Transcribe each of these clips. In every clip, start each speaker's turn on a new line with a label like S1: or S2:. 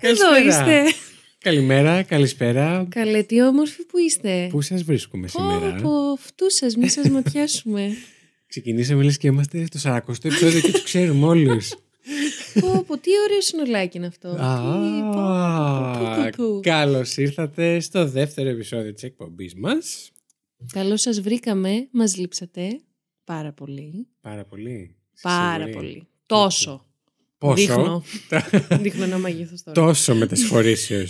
S1: Εδώ είστε.
S2: Καλημέρα, καλησπέρα.
S1: Καλέ, τι όμορφοι που είστε.
S2: Πού σας βρίσκουμε σήμερα. ε?
S1: Από αυτού σας, μη σας ματιάσουμε.
S2: Ξεκινήσαμε λες και είμαστε στο 40ο επεισόδιο και τους ξέρουμε όλους.
S1: Πω, πω, τι ωραίο συνολάκι είναι αυτό. Τι- πω, πω, πω, πω, πω, πω.
S2: Καλώς ήρθατε στο δεύτερο επεισόδιο της εκπομπής μας.
S1: Καλώς σας βρήκαμε, μας λείψατε πάρα πολύ.
S2: Πάρα πολύ. Είσαι
S1: Πάρα
S2: σίγουρη?
S1: πολύ. Τόσο.
S2: Πόσο.
S1: Δείχνω. Δείχνω ένα μέγεθος τώρα.
S2: Τόσο μετασχωρήσεω.
S1: Α,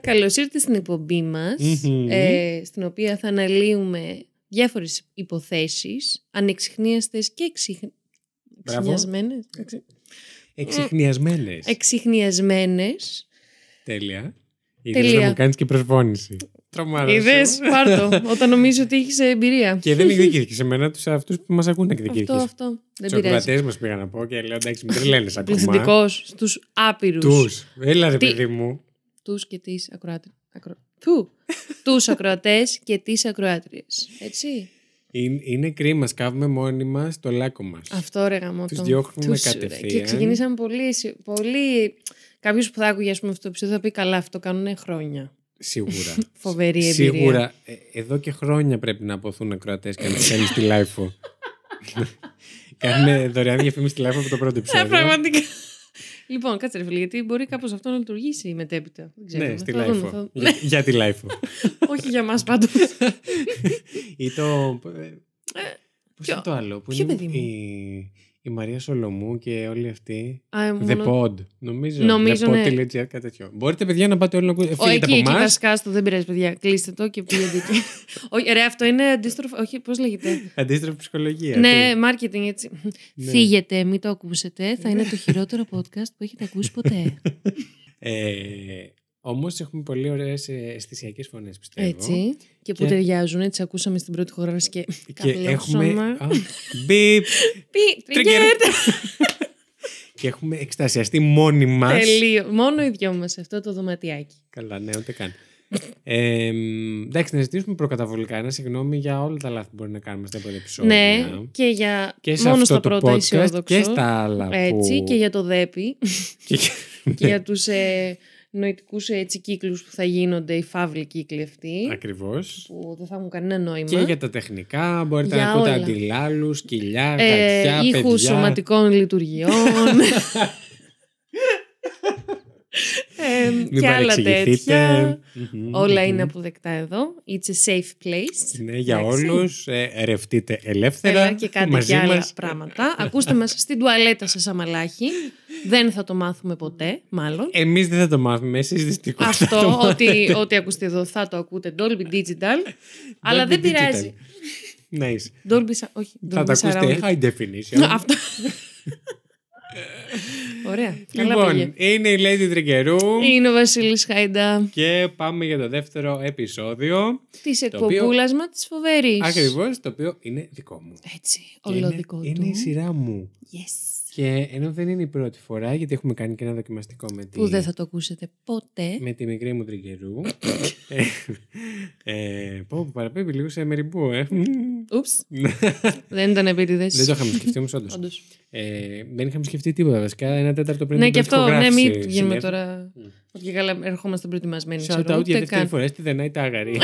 S1: Καλώς ήρθατε στην εκπομπή μας,
S2: Μμμ.
S1: ε, στην οποία θα αναλύουμε διάφορες υποθέσεις, ανεξιχνίαστες και εξιχ-
S2: Μπράβο.
S1: εξιχνιασμένες.
S2: Εξυχνιασμένε.
S1: Εξιχνιασμένες.
S2: Τέλεια. Είδες
S1: Τελεία.
S2: να μου κάνεις και προσβόνηση. Τρομάρα.
S1: Είδες, πάρτο, όταν νομίζω ότι έχεις εμπειρία.
S2: Και δεν εκδικήθηκε εμένα τους αυτούς που μας ακούνε
S1: Αυτό,
S2: εκδικήθηκε.
S1: αυτό. Δεν
S2: Τους
S1: πειράζει.
S2: ακροατές μας πήγα να πω και λέω εντάξει, μην τρελαίνε ακόμα.
S1: Πληθυντικός στους άπειρους.
S2: Τους. Έλα ρε
S1: Τι-
S2: παιδί μου.
S1: τους και τις ακροάτρες. Ακρο... Του. τους ακροατές και τις ακροάτριες. Έτσι.
S2: Είναι, είναι κρίμα. Σκάβουμε μόνοι μας το λάκκο μας.
S1: Αυτό ρε γαμώτο.
S2: Τους διώχνουμε
S1: Τους, ρε.
S2: κατευθείαν.
S1: Και ξεκινήσαμε πολύ... αισι- πολύ... Κάποιος που θα άκουγε ας πούμε, αυτό το επεισόδιο θα πει καλά αυτό κάνουν χρόνια.
S2: Σίγουρα.
S1: Φοβερή εμπειρία. Ναι,
S2: Σίγουρα. Ε, εδώ και χρόνια πρέπει να αποθούν ακροατές και να τους κάνει τη life. Κάνουν δωρεάν διαφήμιση στη life από το πρώτο
S1: Ε,
S2: επεισόδιο.
S1: πραγματικά. Λοιπόν, κάτσε ρε φίλε, γιατί μπορεί κάπως αυτό να λειτουργήσει μετέπειτα. Δεν ξέρουμε.
S2: ναι, στη
S1: Θα δούμε,
S2: life.
S1: θα-
S2: για, για τη life.
S1: Όχι για μας πάντως.
S2: Ή το. Πώ
S1: Ε, ποιο-
S2: είναι το άλλο. Που
S1: ποιο
S2: είναι
S1: παιδί μου?
S2: η, η Μαρία Σολομού και όλοι αυτοί.
S1: Α, ε,
S2: The
S1: μόνο-
S2: Pod. Νομίζω.
S1: Νομίζω, ναι.
S2: ThePod.gr, κάτι τέτοιο. Μπορείτε, παιδιά, να πάτε όλοι να ακούτε.
S1: Ο,
S2: Φύγετε
S1: εκεί,
S2: από
S1: εκεί
S2: εμάς.
S1: βασικά στο δεν πειράζει, παιδιά. Κλείστε το και πήγαινε εκεί. Όχι, ρε, αυτό είναι αντίστροφο. Όχι, πώς λέγεται.
S2: Αντίστροφη ψυχολογία.
S1: Ναι, marketing έτσι.
S2: Ναι.
S1: Φύγετε, μην το ακούσετε. Θα είναι το χειρότερο podcast που έχετε ακούσει ποτέ.
S2: Ε, Όμως έχουμε πολύ ωραίες αισθησιακές φωνές, πιστεύω.
S1: Έτσι. Και που
S2: Και-
S1: ταιριάζουν, έτσι ακούσαμε στην πρώτη χώρα και.
S2: Και
S1: Καλώς
S2: έχουμε.
S1: όμα.
S2: Α, Μπιπ!
S1: Πι,
S2: Trigger. και έχουμε εκστασιαστεί μόνοι μας.
S1: Τελείω. Μόνο οι δυο μας αυτό το δωματιάκι.
S2: Καλά, ναι, ούτε καν. Ε, μ, εντάξει, να ζητήσουμε προκαταβολικά ένα συγγνώμη για όλα τα λάθη που μπορεί να κάνουμε στα πρώτα επεισόδια.
S1: Ναι, και για.
S2: Και σε
S1: μόνος
S2: αυτό
S1: στα
S2: το
S1: πρώτα
S2: podcast
S1: αισιόδοξο.
S2: Και στα άλλα.
S1: Έτσι,
S2: που...
S1: και για το δέπι.
S2: και-
S1: και για τους ε, νοητικούς ε, έτσι, κύκλους που θα γίνονται, οι φαύλοι κύκλοι αυτοί,
S2: Ακριβώς.
S1: που δεν θα έχουν κανένα νόημα.
S2: Και για τα τεχνικά, μπορείτε
S1: Ναι. Για
S2: να ακούτε
S1: όλα.
S2: αντιλάλους, σκυλιά,
S1: ε,
S2: γατιά,
S1: ήχους
S2: παιδιά.
S1: σωματικών λειτουργιών. ε,
S2: Μην
S1: και άλλα τέτοια.
S2: παρεξηγηθείτε. Μμμ,
S1: Όλα
S2: μμμ.
S1: είναι αποδεκτά εδώ. It's a safe place.
S2: Ναι, για
S1: Εντάξει.
S2: όλους. Ε, ρευτείτε ελεύθερα.
S1: Έλα και κάντε
S2: μαζί
S1: και άλλα
S2: μας.
S1: πράγματα. Ακούστε μας στην τουαλέτα σας αμαλάχη. Δεν θα το μάθουμε ποτέ, μάλλον.
S2: Εμείς δεν θα το μάθουμε. Εσείς δυστυχώς.
S1: Αυτό, ότι, ό,τι ακούστε εδώ θα το ακούτε Dolby Digital. αλλά δεν πειράζει.
S2: Ναι, είσαι.
S1: Dolby, Sa- όχι,
S2: θα
S1: Dolby
S2: τα ακούσετε.
S1: Surround.
S2: High
S1: Ναι,
S2: definition.
S1: Αυτό. Ωραία. Καλά
S2: Λοιπόν,
S1: πήγε. Ε,
S2: είναι η Lady Τριγκερού.
S1: Είναι ο Βασίλης Χάιντα
S2: Και πάμε για το δεύτερο επεισόδιο.
S1: της
S2: Το οποίο-
S1: εκπομπούλας μας της φοβερής.
S2: Ακριβώς το οποίο είναι δικό μου.
S1: Έτσι,
S2: Και είναι-
S1: ολοδικό του.
S2: Είναι η σειρά μου.
S1: Yes.
S2: Και ενώ δεν είναι η πρώτη φορά, γιατί έχουμε κάνει και ένα δοκιμαστικό με τη, Ναι.
S1: Που δεν θα το ακούσετε ποτέ.
S2: με τη μικρή μου τριγκερού. ε, ε, πω, πω, παραπέμπει λίγο σε μεριμπού, ε.
S1: Ούψ,
S2: Ναι.
S1: δεν ήταν επίτηδες.
S2: δεν το είχαμε σκεφτεί όμως, όντως.
S1: Όντως.
S2: Ε, δεν είχαμε σκεφτεί τίποτα βασικά. Ένα τέταρτο πριν.
S1: Ναι,
S2: την
S1: και αυτό, ναι,
S2: ηχογράφηση
S1: μην γίνουμε
S2: συνέβη.
S1: τώρα. Ότι καλά, ερχόμαστε προετοιμασμένοι.
S2: Shout
S1: ξέρω,
S2: out
S1: ούτε
S2: για δεύτερη
S1: καν.
S2: φορά στη The Night Agari.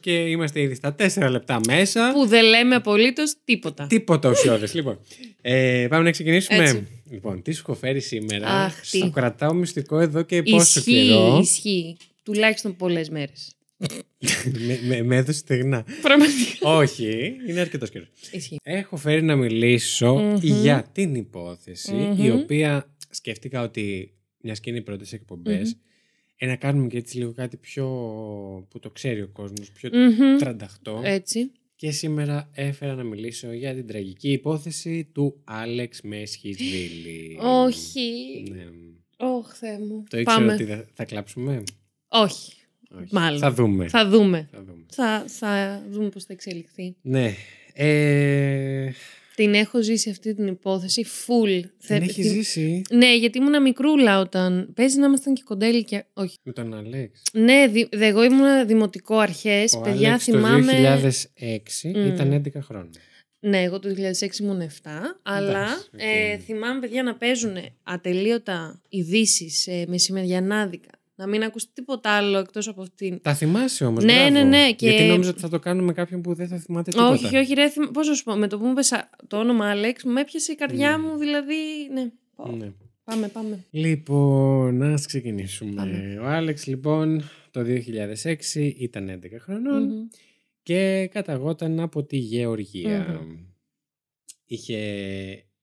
S2: και είμαστε ήδη στα τέσσερα λεπτά μέσα.
S1: Που δεν λέμε απολύτως τίποτα.
S2: Τίποτα ουσιώδες. λοιπόν, ε, πάμε να ξεκινήσουμε.
S1: Έτσι.
S2: Λοιπόν, τι σου έχω φέρει σήμερα.
S1: Αχ, τι.
S2: Στο κρατάω μυστικό εδώ και πόσο
S1: Ισχύει,
S2: καιρό.
S1: ισχύει. Τουλάχιστον πολλές μέρες.
S2: με, με, με έδωσε στεγνά.
S1: Πραγματικά.
S2: Όχι, είναι αρκετός καιρός.
S1: Ισχύει.
S2: Έχω φέρει να μιλησω
S1: Μμμ.
S2: για την υποθεση η
S1: Μμμ.
S2: οποία σκέφτηκα ότι μιας και είναι οι πρώτες ε, να κάνουμε και έτσι λίγο κάτι πιο. που το ξέρει ο κόσμος, πιο
S1: Μμμ. Ε.
S2: τρανταχτό.
S1: Έτσι.
S2: Και σήμερα έφερα να μιλήσω για την τραγική υπόθεση του Άλεξ Μέσχιτβίλη.
S1: Όχι.
S2: Ναι.
S1: Ωχ, Θεέ μου.
S2: Το ήξερα
S1: Πάμε.
S2: ότι θα, θα κλάψουμε.
S1: Όχι.
S2: Όχι.
S1: Μάλλον.
S2: Θα δούμε.
S1: Θα δούμε.
S2: Θα δούμε.
S1: Θα, θα δούμε πώς θα εξελιχθεί.
S2: Ναι. Ε,
S1: Την έχω ζήσει αυτή την υπόθεση full. Θε-
S2: την έχεις
S1: την-
S2: ζήσει
S1: Ναι, γιατί ήμουνα μικρούλα όταν. Παίζει να ήμασταν και κοντέλη και. Όχι.
S2: με τον Αλέξ.
S1: Ναι, δι... δε- εγώ ήμουνα δημοτικό αρχές.
S2: Ο
S1: Παιδιά,
S2: Άλεξ
S1: θυμάμαι.
S2: το 2006
S1: Μμμ.
S2: ήταν 11 χρόνια.
S1: Ναι, εγώ το 2006 ήμουν 7, αλλά
S2: Εντάξει, οκ.
S1: ε, θυμάμαι παιδιά να παίζουν ατελείωτα ειδήσεις σε μεσημεριανάδικα. Να μην ακούσει τίποτα άλλο εκτός από αυτήν.
S2: Τα θυμάσαι όμως.
S1: Ναι, ναι, ναι, και-
S2: Γιατί νόμιζα ότι θα το κάνουμε κάποιον που δεν θα θυμάται τίποτα.
S1: Όχι, όχι, ρε, θυμ... πώς να σου πω, με το που μου πέσα το όνομα Άλεξ, μου έπιασε η καρδιά
S2: Mm.
S1: μου, δηλαδή, ναι. Πω,
S2: Ναι.
S1: Πάμε, πάμε.
S2: Λοιπόν, ας ξεκινήσουμε.
S1: Πάμε.
S2: Ο Άλεξ, λοιπόν, το 2006 ήταν 11 χρονών
S1: Μμμ.
S2: και καταγόταν από τη γεωργια
S1: Μμμ.
S2: Είχε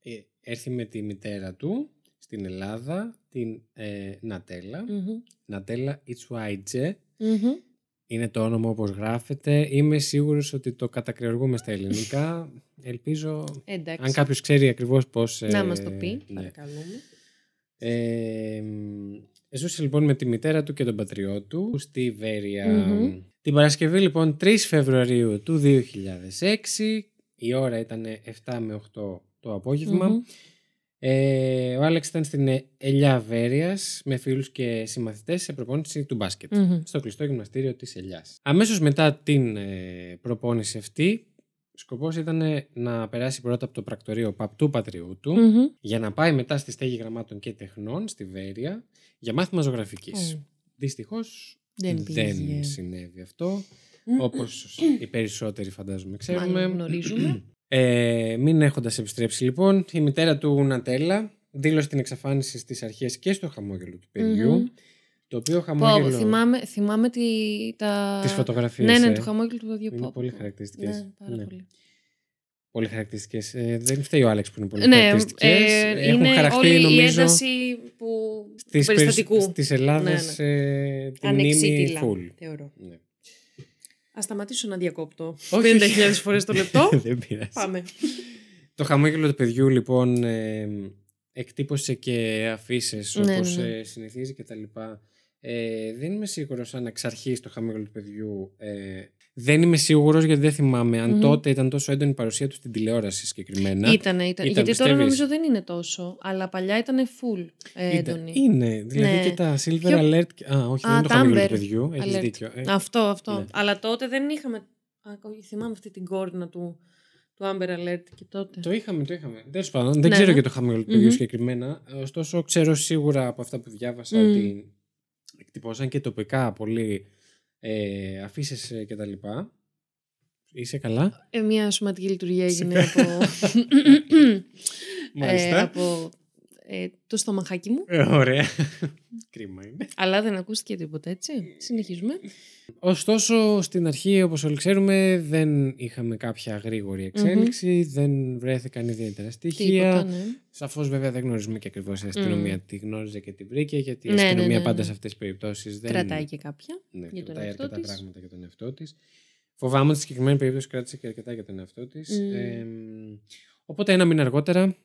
S2: ε, έρθει με τη μητέρα του στην Ελλάδα, την ε, Νατέλα.
S1: Μμμ.
S2: Νατέλα Ιτσουάιτζε.
S1: Μμμ.
S2: Είναι το όνομα όπως γράφεται. Είμαι σίγουρος ότι το κατακρεουργούμε στα ελληνικά. Ελπίζω,
S1: Εντάξει.
S2: αν κάποιος ξέρει ακριβώς πώς...
S1: Να
S2: ε,
S1: μας το πει,
S2: ναι.
S1: παρακαλούμε.
S2: Ε, μ, ζούσε λοιπόν με τη μητέρα του και τον πατριό του στη βερεια
S1: Μμμ.
S2: Την Παρασκευή λοιπόν 3 Φεβρουαρίου του 2006, η ώρα ήταν 7 με 8 το απογευμα
S1: Μμμ.
S2: Ε, ο Άλεξ ήταν στην ε- Ελιά Βέρειας με φίλους και συμμαθητές σε προπόνηση του μπάσκετ
S1: Μμμ.
S2: στο κλειστό γυμναστήριο της Ελιάς. Αμέσως μετά την ε, προπόνηση αυτή, σκοπός ήταν ε, να περάσει πρώτα από το πρακτορείο πα- του πατριού του
S1: Μμμ.
S2: για να πάει μετά στη στέγη γραμμάτων και τεχνών στη Βέρεια για μάθημα ζωγραφικής.
S1: Ω,
S2: Δυστυχώς
S1: Δεν πήγε.
S2: συνέβη αυτό,
S1: Μμμ.
S2: όπως οι περισσότεροι φαντάζομαι ξέρουμε.
S1: Μάλλον γνωρίζουμε.
S2: Ε, μην έχοντας επιστρέψει λοιπόν, η μητέρα του Νατέλα δήλωσε την εξαφάνιση στις αρχές και στο χαμόγελο του παιδιου
S1: Μμμ.
S2: Το οποίο χαμόγελο.
S1: Πω, θυμάμαι, θυμάμαι τη, τα...
S2: Τις φωτογραφίες.
S1: Ναι, ναι,
S2: ε.
S1: του χαμόγελου του παιδιού.
S2: Είναι
S1: Πω,
S2: πολύ
S1: πω.
S2: χαρακτηριστικές.
S1: Ναι, πάρα
S2: Ναι.
S1: πολύ.
S2: Πολύ χαρακτηριστικές. δεν φταίει ο Άλεξ που είναι πολύ
S1: Ναι,
S2: χαρακτηριστικές.
S1: ε,
S2: Έχουν
S1: είναι
S2: χαραχτεί
S1: όλη η
S2: νομίζω
S1: ένταση που...
S2: στις
S1: του περιστατικού.
S2: περισ- της Ελλάδας
S1: Ναι,
S2: ε, τη μνήμη
S1: Ανεξίτηλα,
S2: full.
S1: θεωρώ.
S2: Ναι.
S1: Ας σταματήσω να διακόπτω.
S2: Όχι, Ναι.
S1: 50.000 φορές το λεπτό.
S2: δεν πειράζει.
S1: Πάμε.
S2: Το χαμόγελο του παιδιού λοιπόν ε, εκτύπωσε και αφήσεις
S1: Ναι, ναι,
S2: όπως
S1: ναι.
S2: ε, συνηθίζει και τα λοιπά. Ε, δεν είμαι σίγουρος αν εξ αρχής το χαμόγελο του παιδιού ε, δεν είμαι σίγουρος γιατί δεν θυμάμαι αν
S1: Μμμ.
S2: τότε ήταν τόσο έντονη η παρουσία του στην τηλεόραση συγκεκριμένα.
S1: Ήτανε, ήταν.
S2: Ήταν,
S1: Γιατί τώρα
S2: πιστεύεις?
S1: νομίζω δεν είναι τόσο, αλλά παλιά ήταν full ε,
S2: Ήταν-
S1: έντονη.
S2: Είναι, δηλαδή
S1: Ναι.
S2: και τα Silver
S1: Πιο-
S2: Alert. και- Α, όχι,
S1: Α,
S2: δεν είναι το
S1: τα
S2: χαμόγελο του
S1: Amber
S2: παιδιού. Έχεις
S1: Alert.
S2: δίκιο. Ε,
S1: Αυτό, αυτό.
S2: Ναι.
S1: Αλλά τότε δεν είχαμε. Ακόμη θυμάμαι αυτή την κόρνα του, του Amber Alert και τότε.
S2: Το είχαμε, το είχαμε. Τέλος πάντων, δεν
S1: Ναι,
S2: ξέρω
S1: ναι.
S2: για το χαμόγελο του παιδιου
S1: Μμμ.
S2: συγκεκριμένα. Ωστόσο, ξέρω σίγουρα από αυτά που διάβασα
S1: Μμμ.
S2: ότι εκτυπώσαν και τοπικά πολύ ε, αφήσεις και τα λοιπά. Είσαι καλά.
S1: Ε, μια σωματική λειτουργία έγινε
S2: Σε-
S1: από.
S2: Μάλιστα.
S1: ε, από ε, το στομαχάκι μου.
S2: Ε, ωραία. Κρίμα είναι.
S1: Αλλά δεν ακούστηκε τίποτα, έτσι. Συνεχίζουμε.
S2: Ωστόσο, στην αρχή, όπως όλοι ξέρουμε, δεν είχαμε κάποια γρήγορη εξέλιξη, δεν βρέθηκαν ιδιαίτερα στοιχεία.
S1: Τίποτα, ναι.
S2: Σαφώς, βέβαια, δεν γνωρίζουμε και ακριβώς η αστυνομία
S1: Μμμ.
S2: τι γνώριζε και τι βρήκε, γιατί η
S1: Ναι, ναι,
S2: αστυνομία
S1: ναι,
S2: πάντα
S1: ναι.
S2: σε αυτές τις περιπτώσεις δεν.
S1: Κρατάει και κάποια.
S2: Ναι,
S1: για τον
S2: κρατάει
S1: εαυτό
S2: αρκετά
S1: της.
S2: πράγματα για τον εαυτό της. Φοβάμαι ότι στη συγκεκριμένη περίπτωση κράτησε και αρκετά για τον εαυτό της.
S1: Μμμ.
S2: οπότε ένα μήνα αργότερα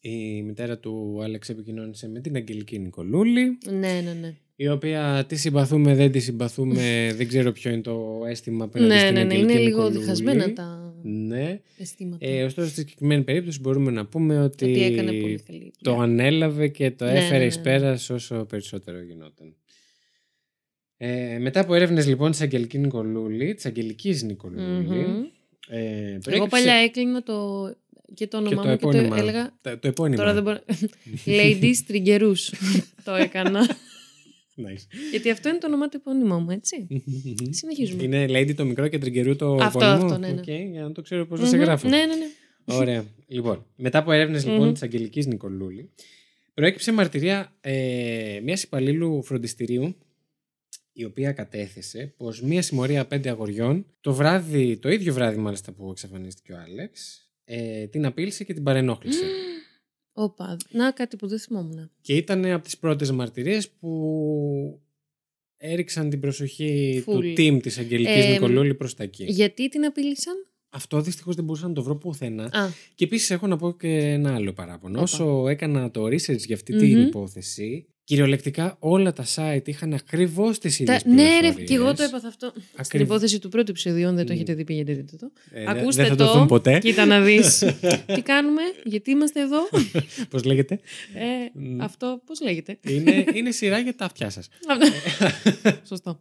S2: η μητέρα του Άλεξ επικοινώνησε με την Αγγελική Νικολούλη,
S1: Ναι, ναι, ναι.
S2: η οποία τη συμπαθούμε, δεν τη συμπαθούμε, δεν ξέρω ποιο είναι το αίσθημα απέναντι
S1: Ναι,
S2: στην
S1: ναι, ναι.
S2: Αγγελική
S1: Είναι λίγο
S2: Νικολούλη.
S1: διχασμένα τα
S2: Ναι.
S1: αισθήματα.
S2: Ε, ωστόσο, στη συγκεκριμένη περίπτωση μπορούμε να πούμε ότι,
S1: ότι έκανε πολύ καλή.
S2: το
S1: δουλειά.
S2: ανέλαβε και το
S1: Ναι,
S2: έφερε
S1: ναι,
S2: εις
S1: ναι.
S2: πέρας όσο περισσότερο γινόταν. Ε, μετά από έρευνες λοιπόν της Αγγελικής Νικολούλη, της Αγγελικής Νικολούλη,
S1: Μμμ.
S2: ε,
S1: Εγώ
S2: προέκυψε
S1: παλιά έκλεινα το... και το
S2: και
S1: όνομά
S2: το
S1: μου και
S2: επώνυμα.
S1: το έλεγα.
S2: Τα- το επώνυμα.
S1: Τώρα δεν μπορώ. Ladies Triggerous το έκανα.
S2: Nice.
S1: Γιατί αυτό είναι το όνομά του επώνυμά μου, έτσι. Συνεχίζουμε.
S2: Είναι lady το μικρό και τριγκερού το
S1: Αυτό,
S2: επώνυμο.
S1: αυτό, ναι, ναι.
S2: Οκ, για να το ξέρω πώς να σε
S1: Μμμ.
S2: γράφω.
S1: Ναι, ναι, ναι.
S2: Ωραία. Λοιπόν, μετά από έρευνες λοιπόν
S1: Μμμ.
S2: της Αγγελικής Νικολούλη, προέκυψε μαρτυρία ε, μιας υπαλλήλου φροντιστηρίου, η οποία κατέθεσε πως μια συμμορία πέντε αγοριών, το βράδυ, το ίδιο βράδυ μάλιστα που εξαφανίστηκε ο Άλεξ, ε, την απείλησε και την παρενόχλησε.
S1: Όπα. Να κάτι που δεν θυμόμουν.
S2: και ήταν από τις πρώτες μαρτυρίες που έριξαν την προσοχή του
S1: Full.
S2: team της Αγγελικής
S1: Ε,
S2: Νικολούλη προς τα εκεί.
S1: Γιατί την απειλήσαν.
S2: Αυτό δυστυχώς δεν μπορούσα να το βρω πουθενά.
S1: Α,
S2: Και επίσης έχω να πω και ένα άλλο παράπονο.
S1: Όπα.
S2: Όσο έκανα το research για αυτή
S1: Μμμ.
S2: την υπόθεση, Κυριολεκτικά όλα τα site είχαν ακριβώς τις ίδιε
S1: Τα- Ναι, ρε, και εγώ το έπαθα αυτό. Στην
S2: Ακριβώς.
S1: υπόθεση του πρώτου επεισοδίου, αν δεν το
S2: Μμ.
S1: έχετε δει, πήγαινε δείτε το.
S2: Ε, δε-
S1: Ακούστε
S2: δεν θα το δουν ποτέ.
S1: Κοίτα να δεις. Τι κάνουμε, γιατί είμαστε εδώ.
S2: Πώς λέγεται.
S1: Ε,
S2: Μμ.
S1: αυτό πώς λέγεται.
S2: είναι, είναι σειρά για τα αυτιά σας.
S1: Σωστό.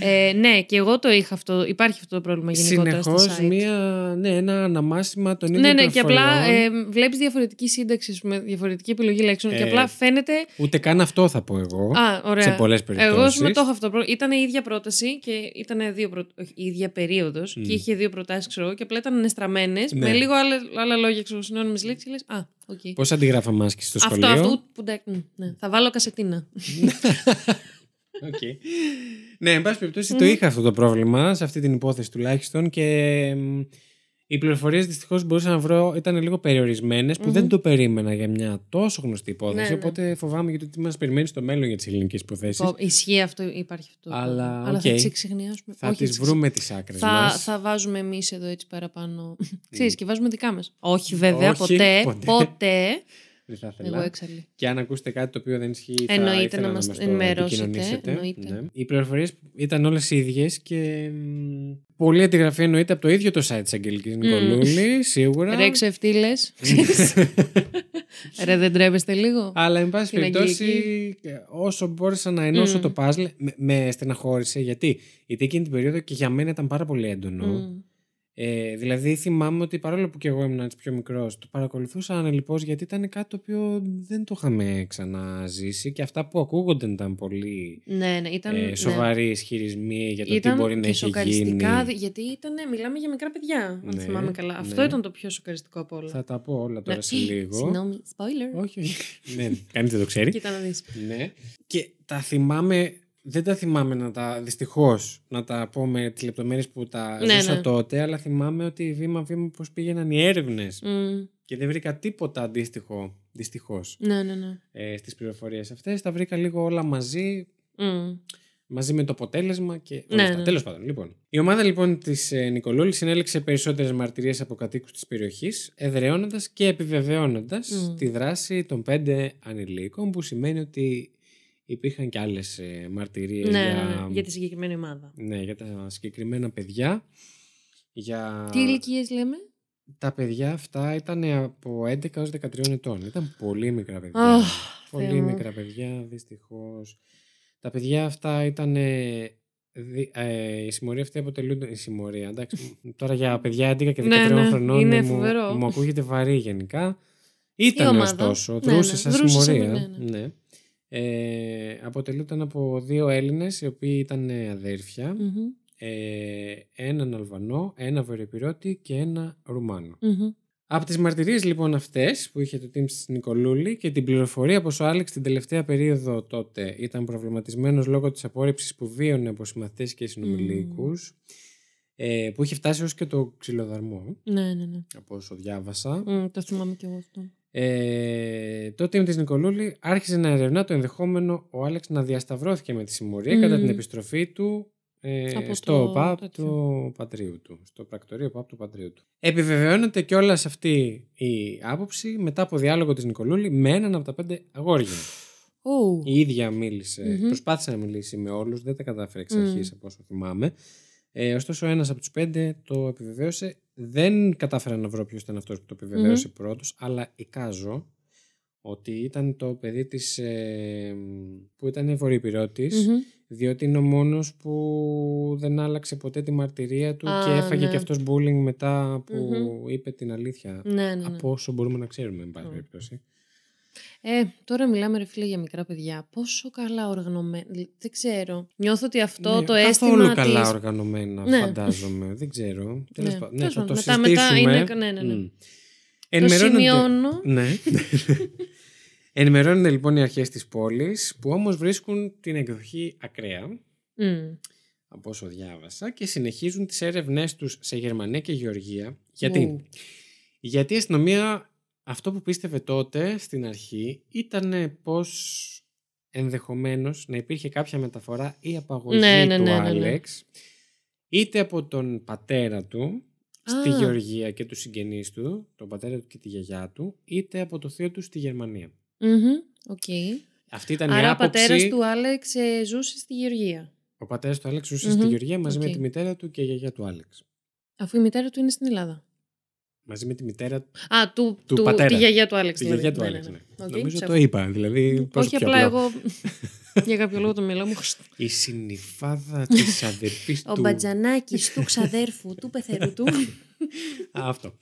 S1: Ε, ναι, και εγώ το είχα αυτό. Υπάρχει αυτό το πρόβλημα γενικότερα
S2: Συνεχώ
S1: στα site.
S2: ναι, ένα αναμάσιμα των ίδιων
S1: Ναι, ναι,
S2: των
S1: και απλά ε,
S2: φωλιών.
S1: βλέπεις διαφορετική σύνταξη, με διαφορετική επιλογή λέξεων. και
S2: Ε,
S1: απλά φαίνεται.
S2: Ούτε καν αυτό θα πω εγώ.
S1: Α, ωραία.
S2: σε πολλές
S1: Εγώ ας
S2: περιπτώσει.
S1: πούμε, το έχω αυτό. Ήταν η ίδια πρόταση και ήταν δύο πρω... όχι, η ίδια περίοδος
S2: Μμ.
S1: και είχε δύο προτάσεις, ξέρω εγώ, και απλά ήταν νεστραμμένε
S2: Ναι.
S1: με λίγο άλλα, άλλα λόγια, ξέρω συνώνυμες λέξεις και λες. Α, οκ.
S2: Πώς αντιγράφαμε άσκηση στο
S1: Αυτό,
S2: σχολείο.
S1: αυτό. ου, που τα- μ, ναι. Θα βάλω κασετίνα.
S2: Οκ. Ναι, εν πάση περιπτώσει, το
S1: Μμμ.
S2: είχα αυτό το πρόβλημα, σε αυτή την υπόθεση τουλάχιστον. Και εμ, οι πληροφορίες δυστυχώς μπορούσα να βρω ήταν λίγο περιορισμένες, που
S1: Μμμ.
S2: δεν το περίμενα για μια τόσο γνωστή
S1: Ναι,
S2: υπόθεση.
S1: ναι.
S2: Οπότε φοβάμαι γιατί τι μας περιμένεις στο μέλλον για τις ελληνικές υποθέσεις.
S1: Πω, Ισχύει αυτό, υπάρχει αυτό. το
S2: Αλλά,
S1: πρόβλημα.
S2: οκ.
S1: θα τις εξεχνιάσουμε.
S2: Θα
S1: Όχι,
S2: τις
S1: τις
S2: βρούμε τις άκρες
S1: Θα,
S2: μας.
S1: θα βάζουμε εμείς εδώ έτσι παραπάνω. Ξέρεις, και βάζουμε δικά μας. Όχι, βέβαια,
S2: Όχι,
S1: ποτέ,
S2: ποτέ.
S1: ποτέ.
S2: Δεν θα ήθελα.
S1: Εγώ έξαλλη.
S2: Και αν ακούσετε κάτι το οποίο δεν ισχύει, θα
S1: Εννοείται
S2: ήθελα
S1: να
S2: να
S1: μας
S2: μας το
S1: ενημερώσετε,
S2: επικοινωνήσετε.
S1: εννοείται.
S2: Ναι. Οι πληροφορίες ήταν όλες ίδιες και μ, πολλή αντιγραφή εννοείται από το ίδιο το site της Αγγελικής Νικολούλη, σίγουρα.
S1: Ρε ξεφτύλες. Ρε δεν τρέπεστε λίγο.
S2: Αλλά, εν πάση
S1: Την
S2: περιπτώσει, ε, όσο μπόρεσα να ενώσω το puzzle, με, με στεναχώρησε. Γιατί? Γιατί εκείνη την περίοδο και για μένα ήταν πάρα πολύ έντονο.
S1: Μμ.
S2: Ε, δηλαδή, θυμάμαι ότι παρόλο που και εγώ ήμουν έτσι πιο μικρός, το παρακολουθούσα ανελειπώς γιατί ήταν κάτι το οποίο δεν το είχαμε ξαναζήσει και αυτά που ακούγονταν ήταν πολύ
S1: Ναι, ναι, ήταν.
S2: ε,
S1: ναι.
S2: σοβαροί ισχυρισμοί για το
S1: Ήταν
S2: τι μπορεί να
S1: και
S2: έχει γίνει.
S1: σοκαριστικά, δι- γιατί ήταν, μιλάμε για μικρά παιδιά, αν
S2: Ναι,
S1: θυμάμαι καλά.
S2: ναι.
S1: Αυτό ήταν το πιο σοκαριστικό από όλα.
S2: Θα τα πω όλα τώρα
S1: Ναι.
S2: σε λίγο.
S1: Συγγνώμη, spoiler.
S2: όχι, όχι. ναι, κανείς δεν το ξέρει.
S1: Κοίτα να δεις.
S2: ναι. Και τα θυμάμαι, δεν τα θυμάμαι να τα, δυστυχώς, να τα πω με τις λεπτομέρειες που τα
S1: Ναι,
S2: ζούσα
S1: ναι.
S2: τότε, αλλά θυμάμαι ότι βήμα-βήμα πώς πήγαιναν οι έρευνες
S1: Μμ,
S2: και δεν βρήκα τίποτα αντίστοιχο, δυστυχώς,
S1: Ναι, ναι, ναι.
S2: ε, στις πληροφορίες αυτές. Τα βρήκα λίγο όλα μαζί,
S1: Μμ.
S2: μαζί με το αποτέλεσμα και όλα
S1: Ναι,
S2: αυτά.
S1: ναι.
S2: Τέλος πάντων, λοιπόν. Η ομάδα λοιπόν της ε, Νικολούλη συνέλεξε περισσότερες μαρτυρίες από κατοίκους της περιοχής, εδραιώνοντας και επιβεβαιώνοντας
S1: Μμ.
S2: τη δράση των πέντε ανηλίκων, που σημαίνει ότι υπήρχαν και άλλες ε, μαρτυρίες
S1: Ναι,
S2: για...
S1: ναι, ναι, για τη συγκεκριμένη ομάδα.
S2: Ναι, για τα συγκεκριμένα παιδιά. Για...
S1: Τι ηλικίες λέμε.
S2: Τα παιδιά αυτά ήταν από 11 έως 13 ετών. Ήταν πολύ μικρά παιδιά.
S1: Αχ,
S2: Πολύ
S1: Θεέ μου.
S2: μικρά παιδιά, δυστυχώς. Τα παιδιά αυτά ήταν. Ε, δι- ε, η συμμορία αυτή αποτελούνται. Η συμμορία, εντάξει. τώρα για παιδιά 11 και 13
S1: Ναι, ναι,
S2: χρονών
S1: είναι
S2: μου,
S1: φοβερό.
S2: μου ακούγεται βαρύ γενικά. Ήταν
S1: ομάδα.
S2: ωστόσο,
S1: Ναι,
S2: δρούσε
S1: ναι,
S2: σαν
S1: δρούσε σαν-
S2: συμμορία.
S1: ναι,
S2: Ναι. Ε, αποτελούνταν από δύο Έλληνες οι οποίοι ήταν ε, αδέρφια,
S1: Μμμ,
S2: ε, έναν Αλβανό, ένα Βορειοπυρώτη και ένα Ρουμάνο.
S1: μμμ.
S2: Από τις μαρτυρίες λοιπόν αυτές που είχε το team της Νικολούλη και την πληροφορία πως ο Άλεξ την τελευταία περίοδο τότε ήταν προβληματισμένος λόγω της απόρριψης που βίωνε από συμμαθητές και συνομιλίκους, ε, που είχε φτάσει ως και το ξυλοδαρμό,
S1: Ναι, ναι, ναι.
S2: από όσο διάβασα.
S1: Μμ, Το θυμάμαι κι εγώ αυτό.
S2: Ε, το team της Νικολούλη άρχισε να ερευνά το ενδεχόμενο ο Άλεξ να διασταυρώθηκε με τη συμμορία
S1: Μμμ.
S2: κατά την επιστροφή του ε,
S1: Από
S2: στο
S1: το
S2: ΟΠΑΠ
S1: τέτοιο.
S2: του πατρίου του. Στο πρακτορείο ΟΠΑΠ του πατρίου του. Επιβεβαιώνεται και όλα αυτή η άποψη μετά από διάλογο της Νικολούλη με έναν από τα πέντε αγόρια.
S1: Ου.
S2: Η ίδια μίλησε,
S1: Μμμ.
S2: προσπάθησε να μιλήσει με όλους, δεν τα κατάφερε εξ
S1: Μμ.
S2: αρχής από όσο θυμάμαι. Ε, ωστόσο, ένας από τους πέντε το επιβεβαίωσε. Δεν κατάφερα να βρω ποιος ήταν αυτός που το επιβεβαίωσε πρώτος, αλλά εικάζω ότι ήταν το παιδί της που ήταν βορειοπυρώτη,
S1: Μμμ.
S2: διότι είναι ο μόνος που δεν άλλαξε ποτέ τη μαρτυρία του
S1: Α,
S2: και έφαγε
S1: ναι.
S2: και αυτός bullying μετά που
S1: Μμμ.
S2: είπε την αλήθεια.
S1: Ναι, ναι, ναι.
S2: Από όσο μπορούμε να ξέρουμε, εν πάση
S1: Μμ.
S2: περιπτώσει.
S1: Ε, τώρα μιλάμε ρε φίλε για μικρά παιδιά. Πόσο καλά οργανωμένα. Δεν ξέρω. Νιώθω ότι αυτό
S2: Ναι,
S1: το
S2: Καθόλου
S1: αίσθημα.
S2: καλά
S1: της...
S2: οργανωμένα,
S1: Ναι.
S2: φαντάζομαι. Δεν ξέρω. Τέλος
S1: Ναι.
S2: πάντων. Ναι,
S1: Τέλος
S2: θα το
S1: πάντων. Μετά- μετά
S2: συζητήσουμε.
S1: είναι- ναι, ναι, ναι.
S2: Μμ.
S1: Το
S2: Ενημερώνονται-
S1: σημειώνω.
S2: Ναι. Ενημερώνονται λοιπόν οι αρχές της πόλης που όμως βρίσκουν την εκδοχή ακραία Ναι.
S1: Μμ.
S2: από όσο διάβασα και συνεχίζουν τις έρευνές τους σε Γερμανία και Γεωργία. Γιατί,
S1: Ου.
S2: γιατί η αστυνομία αυτό που πίστευε τότε στην αρχή ήταν πως ενδεχομένως να υπήρχε κάποια μεταφορά ή απαγωγή
S1: Ναι, ναι,
S2: του
S1: ναι, ναι, ναι.
S2: Άλεξ είτε από τον πατέρα του στη
S1: Α.
S2: Γεωργία και τους συγγενείς του, τον πατέρα του και τη γιαγιά του, είτε από το θείο του στη Γερμανία.
S1: Μμμ. Οκ.
S2: Αυτή ήταν η
S1: Άρα ο πατέρα
S2: άποψη.
S1: του Άλεξ ε, ζούσε στη Γεωργία.
S2: Ο πατέρας του Άλεξ ζούσε
S1: Μμμ.
S2: στη Γεωργία μαζί με
S1: Οκ.
S2: τη μητέρα του και η γιαγιά του Άλεξ.
S1: Αφού η μητέρα του είναι στην Ελλάδα.
S2: Μαζί με τη μητέρα του.
S1: Α, του,
S2: Του
S1: του,
S2: πατέρα.
S1: Τη γιαγιά του Άλεξ.
S2: Τη
S1: δηλαδή.
S2: γιαγιά του
S1: Ναι, ναι,
S2: Άλεξ.
S1: ναι.
S2: ναι.
S1: Οκ,
S2: Νομίζω
S1: ψεύω.
S2: το είπα. Δηλαδή, πόσο
S1: Όχι
S2: πιο
S1: απλά
S2: απλό.
S1: εγώ. για κάποιο λόγο το μυαλό μου.
S2: Η συνειφάδα της αδερφής του.
S1: Ο μπατζανάκης του ξαδέρφου του πεθερού του.
S2: Α, αυτό.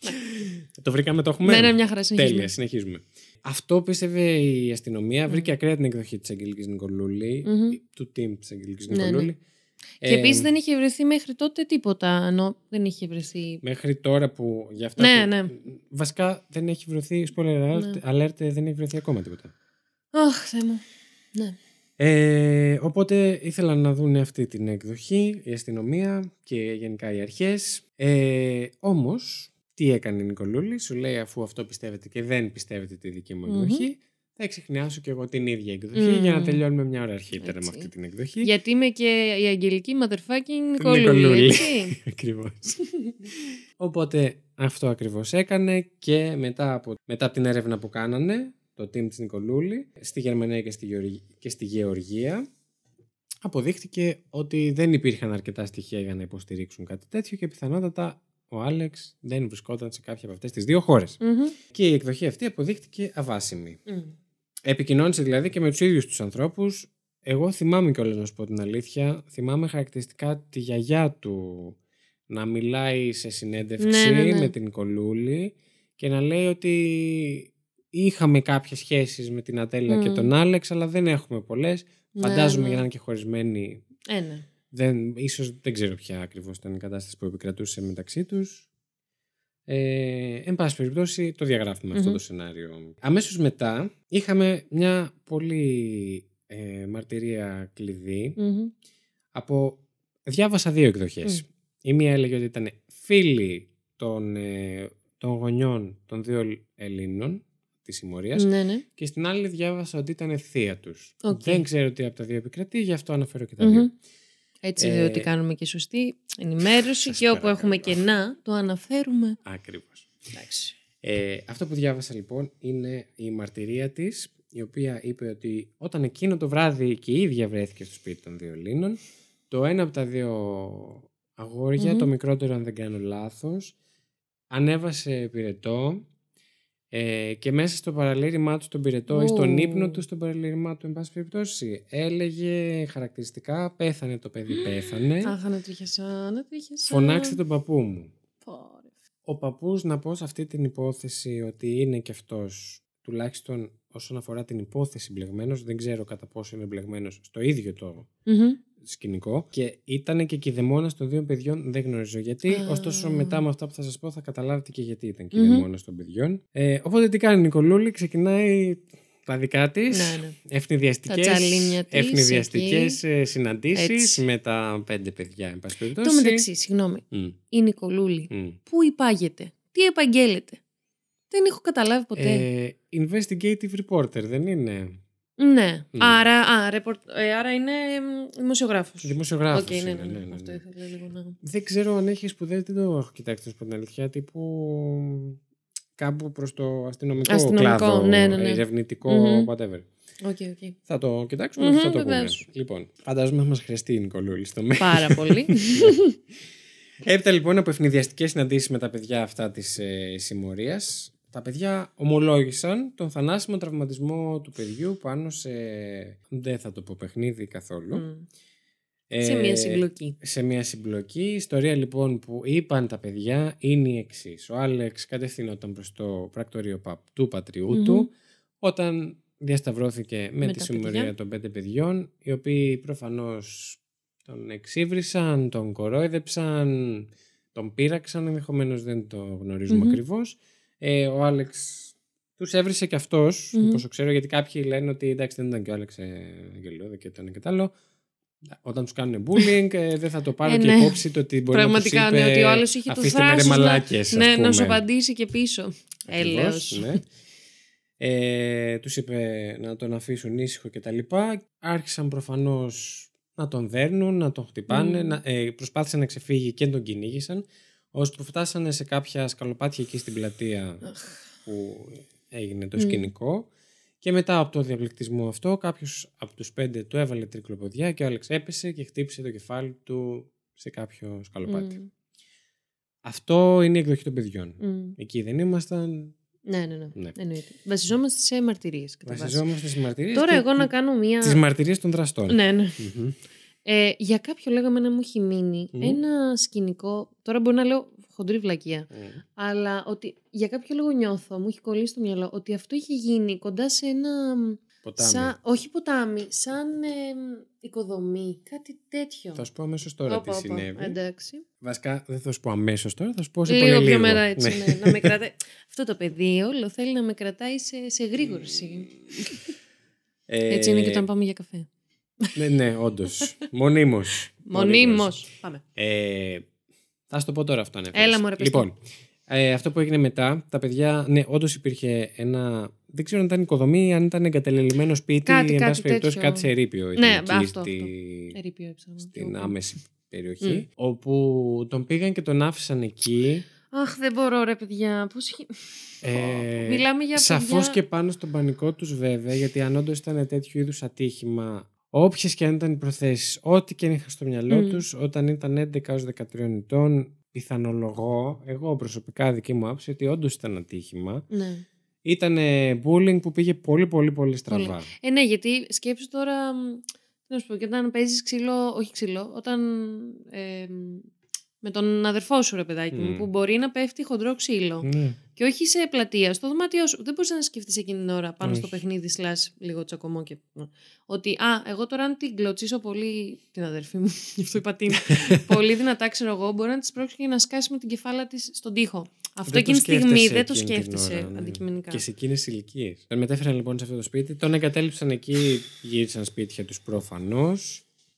S2: το βρήκαμε, το έχουμε.
S1: Ναι, ναι, μια χαρά
S2: Τέλεια,
S1: συνεχίζουμε.
S2: συνεχίζουμε. Αυτό πίστευε η αστυνομία.
S1: Μμμ.
S2: Βρήκε ακραία την εκδοχή της Αγγελικής Νικολούλη,
S1: Ναι. Μμμ.
S2: του team της Αγγελικής
S1: Ναι, ναι.
S2: Νικολούλη.
S1: Και
S2: Ε,
S1: επίση δεν είχε βρεθεί μέχρι τότε τίποτα. Ενώ δεν είχε βρεθεί.
S2: Μέχρι τώρα που. Για αυτά
S1: Ναι,
S2: που-
S1: ναι.
S2: Βασικά δεν έχει βρεθεί. Spoiler alert,
S1: Ναι.
S2: alert, δεν έχει βρεθεί ακόμα τίποτα.
S1: Αχ, Θεέ μου. Ναι.
S2: Ε, οπότε ήθελαν να δουν αυτή την εκδοχή, η αστυνομία και γενικά οι αρχές. Ε, όμως, τι έκανε η Νικολούλη, σου λέει αφού αυτό πιστεύετε και δεν πιστεύετε τη δική μου
S1: Μμμ.
S2: εκδοχή, θα εξηχνιάσω και εγώ την ίδια εκδοχή
S1: Μμμ.
S2: για να τελειώνουμε μια ώρα αρχίτερα με
S1: Έτσι.
S2: αυτή την εκδοχή.
S1: Γιατί είμαι και η Αγγελική Motherfucking
S2: Νικολούλη.
S1: Νικολούλη. έτσι.
S2: Ακριβώς. Οπότε αυτό ακριβώς έκανε και μετά από, μετά από την έρευνα που κάνανε το team της Νικολούλη στη Γερμανία και στη, Γεωργ- και στη Γεωργία αποδείχθηκε ότι δεν υπήρχαν αρκετά στοιχεία για να υποστηρίξουν κάτι τέτοιο και πιθανότατα ο Άλεξ δεν βρισκόταν σε κάποια από αυτές τις δύο χώρες.
S1: Μμμ.
S2: Και η εκδοχή αυτή αποδείχτηκε αβάσιμη.
S1: Μμ.
S2: Επικοινώνησε δηλαδή και με τους ίδιους τους ανθρώπους. Εγώ θυμάμαι κιόλας να σου πω την αλήθεια. Θυμάμαι χαρακτηριστικά τη γιαγιά του να μιλάει σε συνέντευξη
S1: Ναι, ναι, ναι.
S2: με την Κολούλη και να λέει ότι είχαμε κάποιες σχέσεις με την Ατέλα και
S1: Μμμ.
S2: τον Άλεξ, αλλά δεν έχουμε πολλές.
S1: Ναι,
S2: Φαντάζομαι
S1: ναι.
S2: για να είναι και χωρισμένοι.
S1: Ε, ναι.
S2: Δεν, ίσως δεν ξέρω ποια ακριβώς ήταν η κατάσταση που επικρατούσε μεταξύ τους. Ε, εν πάση περιπτώσει, το διαγραφουμε αυτό
S1: Μμμ.
S2: το σενάριο. Αμέσως μετά είχαμε μια πολύ ε, μαρτυρία κλειδί
S1: Μμμ.
S2: από... Διάβασα δύο εκδοχές.
S1: Μμ.
S2: Η μία έλεγε ότι ήταν φίλοι των, ε, των γονιών των δύο Ελλήνων της συμμορίας
S1: Ναι, ναι.
S2: και στην άλλη διάβασα ότι ήταν θεία τους.
S1: Οκ.
S2: Δεν ξέρω τι από τα δύο επικρατεί, γι' αυτό αναφέρω και τα
S1: Μμμ.
S2: δύο.
S1: Έτσι,
S2: Ε,
S1: διότι κάνουμε και σωστή ενημέρωση
S2: σας
S1: και όπου
S2: παρακαλώ.
S1: έχουμε κενά, το αναφέρουμε.
S2: Ακριβώς.
S1: Εντάξει.
S2: Ε, αυτό που διάβασα λοιπόν είναι η μαρτυρία της, η οποία είπε ότι όταν εκείνο το βράδυ και η ίδια βρέθηκε στο σπίτι των δύο Ελλήνων, το ένα από τα δύο αγόρια,
S1: Μμμ.
S2: το μικρότερο αν δεν κάνω λάθος, ανέβασε πυρετό ε, και μέσα στο παραλήρημά του στον πυρετό ή στον
S1: Ου.
S2: ύπνο του στον παραλήρημά του, εν πάση περιπτώσει, έλεγε χαρακτηριστικά «πέθανε το παιδί, πέθανε,
S1: Ε. Αχ, ανατρίχιασα, ανατρίχιασα.
S2: φωνάξτε τον παππού μου».
S1: Πω, ρε.
S2: Ο παππούς να πω σε αυτή την υπόθεση ότι είναι και αυτός τουλάχιστον όσον αφορά την υπόθεση μπλεγμένος, δεν ξέρω κατά πόσο είναι μπλεγμένος στο ίδιο το
S1: Μμμ.
S2: σκηνικό και ήταν και κηδεμόνας των δύο παιδιών, δεν γνωρίζω γιατί,
S1: Α.
S2: ωστόσο μετά με αυτά που θα σας πω θα καταλάβετε και γιατί ήταν
S1: Μμμ.
S2: κηδεμόνας των παιδιών. Ε, οπότε τι κάνει η Νικολούλη, ξεκινάει τα δικά της,
S1: Ναι, ναι.
S2: ευνηδιαστικές,
S1: Τα τσαλίνια της
S2: ευνηδιαστικές, ε, συναντήσεις
S1: Έτσι.
S2: με τα πέντε παιδιά, εν πάση
S1: Το
S2: περιπτώσει.
S1: μεταξύ, συγγνώμη,
S2: Μμ,
S1: η Νικολούλη.
S2: μμ.
S1: Πού υπάγεται, τι επαγγέλλεται. Δεν έχω καταλάβει ποτέ.
S2: Ε, investigative reporter, δεν είναι.
S1: ναι.
S2: μ.
S1: Άρα, α, ρεπορ- ε, άρα είναι δημοσιογράφος.
S2: Δημοσιογράφος
S1: ναι,
S2: είναι,
S1: ναι, ναι,
S2: ναι, ναι,
S1: Αυτό
S2: ναι.
S1: ήθελα λίγο να.
S2: Δεν ξέρω αν έχεις σπουδές, δεν το έχω κοιτάξει να σου πω την αλήθεια. Τύπου κάπου προς το αστυνομικό,
S1: Αστυνομικό,
S2: κλάδο,
S1: ναι, ναι, ναι.
S2: ερευνητικό,
S1: Μμμ.
S2: whatever.
S1: Οκ, οκ.
S2: Θα το κοιτάξουμε
S1: Μμμ,
S2: και θα το πούμε.
S1: βεβαίως.
S2: Λοιπόν, φαντάζομαι θα μας χρειαστεί η Νικολούλη στο μέλλον.
S1: Πάρα πολύ.
S2: Έπειτα λοιπόν από ευνηδιαστικές συναντήσεις με τα παιδιά αυτά της ε, συμμορίας, τα παιδιά ομολόγησαν τον θανάσιμο τραυματισμό του παιδιού πάνω σε... Δεν θα το πω παιχνίδι καθόλου.
S1: Μμ. Σε
S2: Ε,
S1: μια συγκλοκή.
S2: σε μια συμπλοκή. Η ιστορία λοιπόν που είπαν τα παιδιά είναι η εξής. Ο Άλεξ κατευθυνόταν προς το πρακτορείο πα- του πατριου
S1: Μμμ.
S2: του όταν διασταυρώθηκε με,
S1: Με
S2: τη
S1: τα
S2: συμμορία
S1: παιδιά.
S2: των πέντε παιδιών, οι οποίοι προφανώς τον εξύβρισαν, τον κορόιδεψαν, τον πείραξαν, ενδεχομένως δεν το γνωριζουμε
S1: Μμμ.
S2: ακριβώς. Ε, ο Άλεξ τους έβρισε και αυτός,
S1: Μμμ.
S2: όσο ξέρω, γιατί κάποιοι λένε ότι εντάξει δεν ήταν και ο Άλεξ ε, αγγελιόδε και ήταν και τ' άλλο. Όταν τους κάνουν bullying, ε, δεν θα το πάρουν
S1: Ε,
S2: και
S1: ναι.
S2: υπόψη το ότι μπορεί
S1: Πραγματικά,
S2: να τους είπε,
S1: ναι, ότι ο άλλος είχε το
S2: «Αφήστε με ρε
S1: θράσος να-
S2: μαλάκες», ας
S1: Ναι, να σου
S2: πούμε.
S1: απαντήσει και πίσω.
S2: Ακριβώς,
S1: Έλεος.
S2: ναι. Ε, τους είπε να τον αφήσουν ήσυχο και τα λοιπά. Άρχισαν προφανώς να τον δέρνουν, να τον χτυπάνε.
S1: Μμμ.
S2: Να, ε, προσπάθησαν να ξεφύγει και τον κυνήγησαν. Ώσπου φτάσανε σε κάποια σκαλοπάτια εκεί στην πλατεία
S1: Αχ. Mm.
S2: που έγινε το
S1: Μμ.
S2: σκηνικό. Και μετά από το διαπληκτισμό αυτό, κάποιος από τους πέντε του έβαλε τρικλοποδιά και ο Άλεξ έπεσε και χτύπησε το κεφάλι του σε κάποιο σκαλοπάτι.
S1: Μμμ.
S2: Αυτό είναι η εκδοχή των παιδιών.
S1: Μμμ.
S2: Εκεί δεν ήμασταν.
S1: Ναι, ναι, ναι.
S2: Ναι.
S1: Εννοείται. Βασιζόμαστε σε μαρτυρίες.
S2: Βασιζόμαστε στις μαρτυρίες.
S1: Τώρα εγώ να κάνω μία.
S2: Τις μαρτυρίες των δραστών.
S1: Ναι, ναι.
S2: Μμμ.
S1: Ε, για κάποιο λέγαμε να μου έχει μείνει
S2: Μμμ.
S1: ένα σκηνικό. Τώρα μπορεί να λέω χοντρή βλακεία.
S2: Μμμ.
S1: Αλλά ότι για κάποιο λόγο νιώθω, μου έχει κολλήσει στο μυαλό, ότι αυτό είχε γίνει κοντά σε ένα.
S2: Ποτάμι.
S1: Σαν, όχι ποτάμι, σαν ε, οικοδομή, κάτι τέτοιο.
S2: Θα σου πω αμέσως τώρα
S1: Όπα,
S2: τι
S1: όπα,
S2: συνέβη.
S1: Εντάξει.
S2: Βασικά δεν θα σου πω αμέσως τώρα, θα σου πω σε πολύ
S1: Λίγο
S2: λίγο.
S1: πιο μετά έτσι,
S2: Ναι.
S1: ναι. να με κρατάει. Αυτό το παιδί όλο θέλει να με κρατάει σε, σε γρήγορση.
S2: Ε,
S1: Έτσι είναι και όταν πάμε για καφέ.
S2: Ναι, ναι, όντως. Μονίμως.
S1: Μονίμως. Πάμε.
S2: Ε, θα σου το πω τώρα αυτό. αν
S1: Έλα, μωρέ, πες το.
S2: Λοιπόν, ε, αυτό που έγινε μετά, τα παιδιά, ναι, όντως υπήρχε ένα. Δεν ξέρω αν ήταν οικοδομή, αν ήταν εγκατελελειμμένο σπίτι,
S1: Κάτι,
S2: εν πάση
S1: κάτι
S2: περιπτώσει,
S1: τέτοιο.
S2: κάτι σε ερείπιο.
S1: Ναι,
S2: εκεί
S1: αυτό,
S2: στη-
S1: Ερήπιο έψανα.
S2: Στην
S1: Εγώ.
S2: άμεση περιοχή. Όπου τον πήγαν και τον άφησαν εκεί.
S1: Αχ, δεν μπορώ ρε παιδιά. Πώς... είχε-
S2: Ε,
S1: Μιλάμε για
S2: Σαφώς
S1: παιδιά-
S2: και πάνω στον πανικό τους, βέβαια, γιατί αν όντως ήταν τέτοιου είδους ατύχημα, όποιες και αν ήταν οι προθέσεις, ό,τι και αν είχαν στο μυαλό
S1: Μμμ.
S2: τους, του, όταν ήταν 11 έω 13 ετών, πιθανολογώ, εγώ προσωπικά δική μου άποψη, ότι όντως ήταν ατύχημα.
S1: Ναι.
S2: Ήταν bullying που πήγε πολύ, πολύ, πολύ στραβά.
S1: Ε, ναι, γιατί σκέψου τώρα, μ, τι να σου πω, και όταν παίζεις ξύλο, όχι ξύλο, όταν ε, μ, με τον αδερφό σου ρε παιδάκι μου,
S2: Μμ.
S1: που μπορεί να πέφτει χοντρό ξύλο.
S2: Ναι.
S1: Και όχι σε πλατεία, στο δωμάτιό σου. Δεν μπορείς να σκεφτείς εκείνη την ώρα πάνω στο
S2: Όχι.
S1: παιχνίδι, slash λίγο τσακωμό και. Ότι, α, εγώ τώρα αν την κλωτσίσω πολύ. την αδερφή μου, γι' αυτό είπα την. πολύ δυνατά, ξέρω εγώ, μπορεί να της πρόξω και να σκάσει με την κεφάλα της στον τοίχο. Αυτό
S2: Δεν το
S1: εκείνη τη στιγμή
S2: σκέφτεσαι
S1: δεν το
S2: εκείνη την
S1: σκέφτεσαι
S2: ώρα, ναι.
S1: αντικειμενικά.
S2: Και σε εκείνες ηλικίες. Τον μετέφεραν λοιπόν σε αυτό το σπίτι, τον εγκατέλειψαν εκεί, γύρισαν σπίτια τους προφανώς.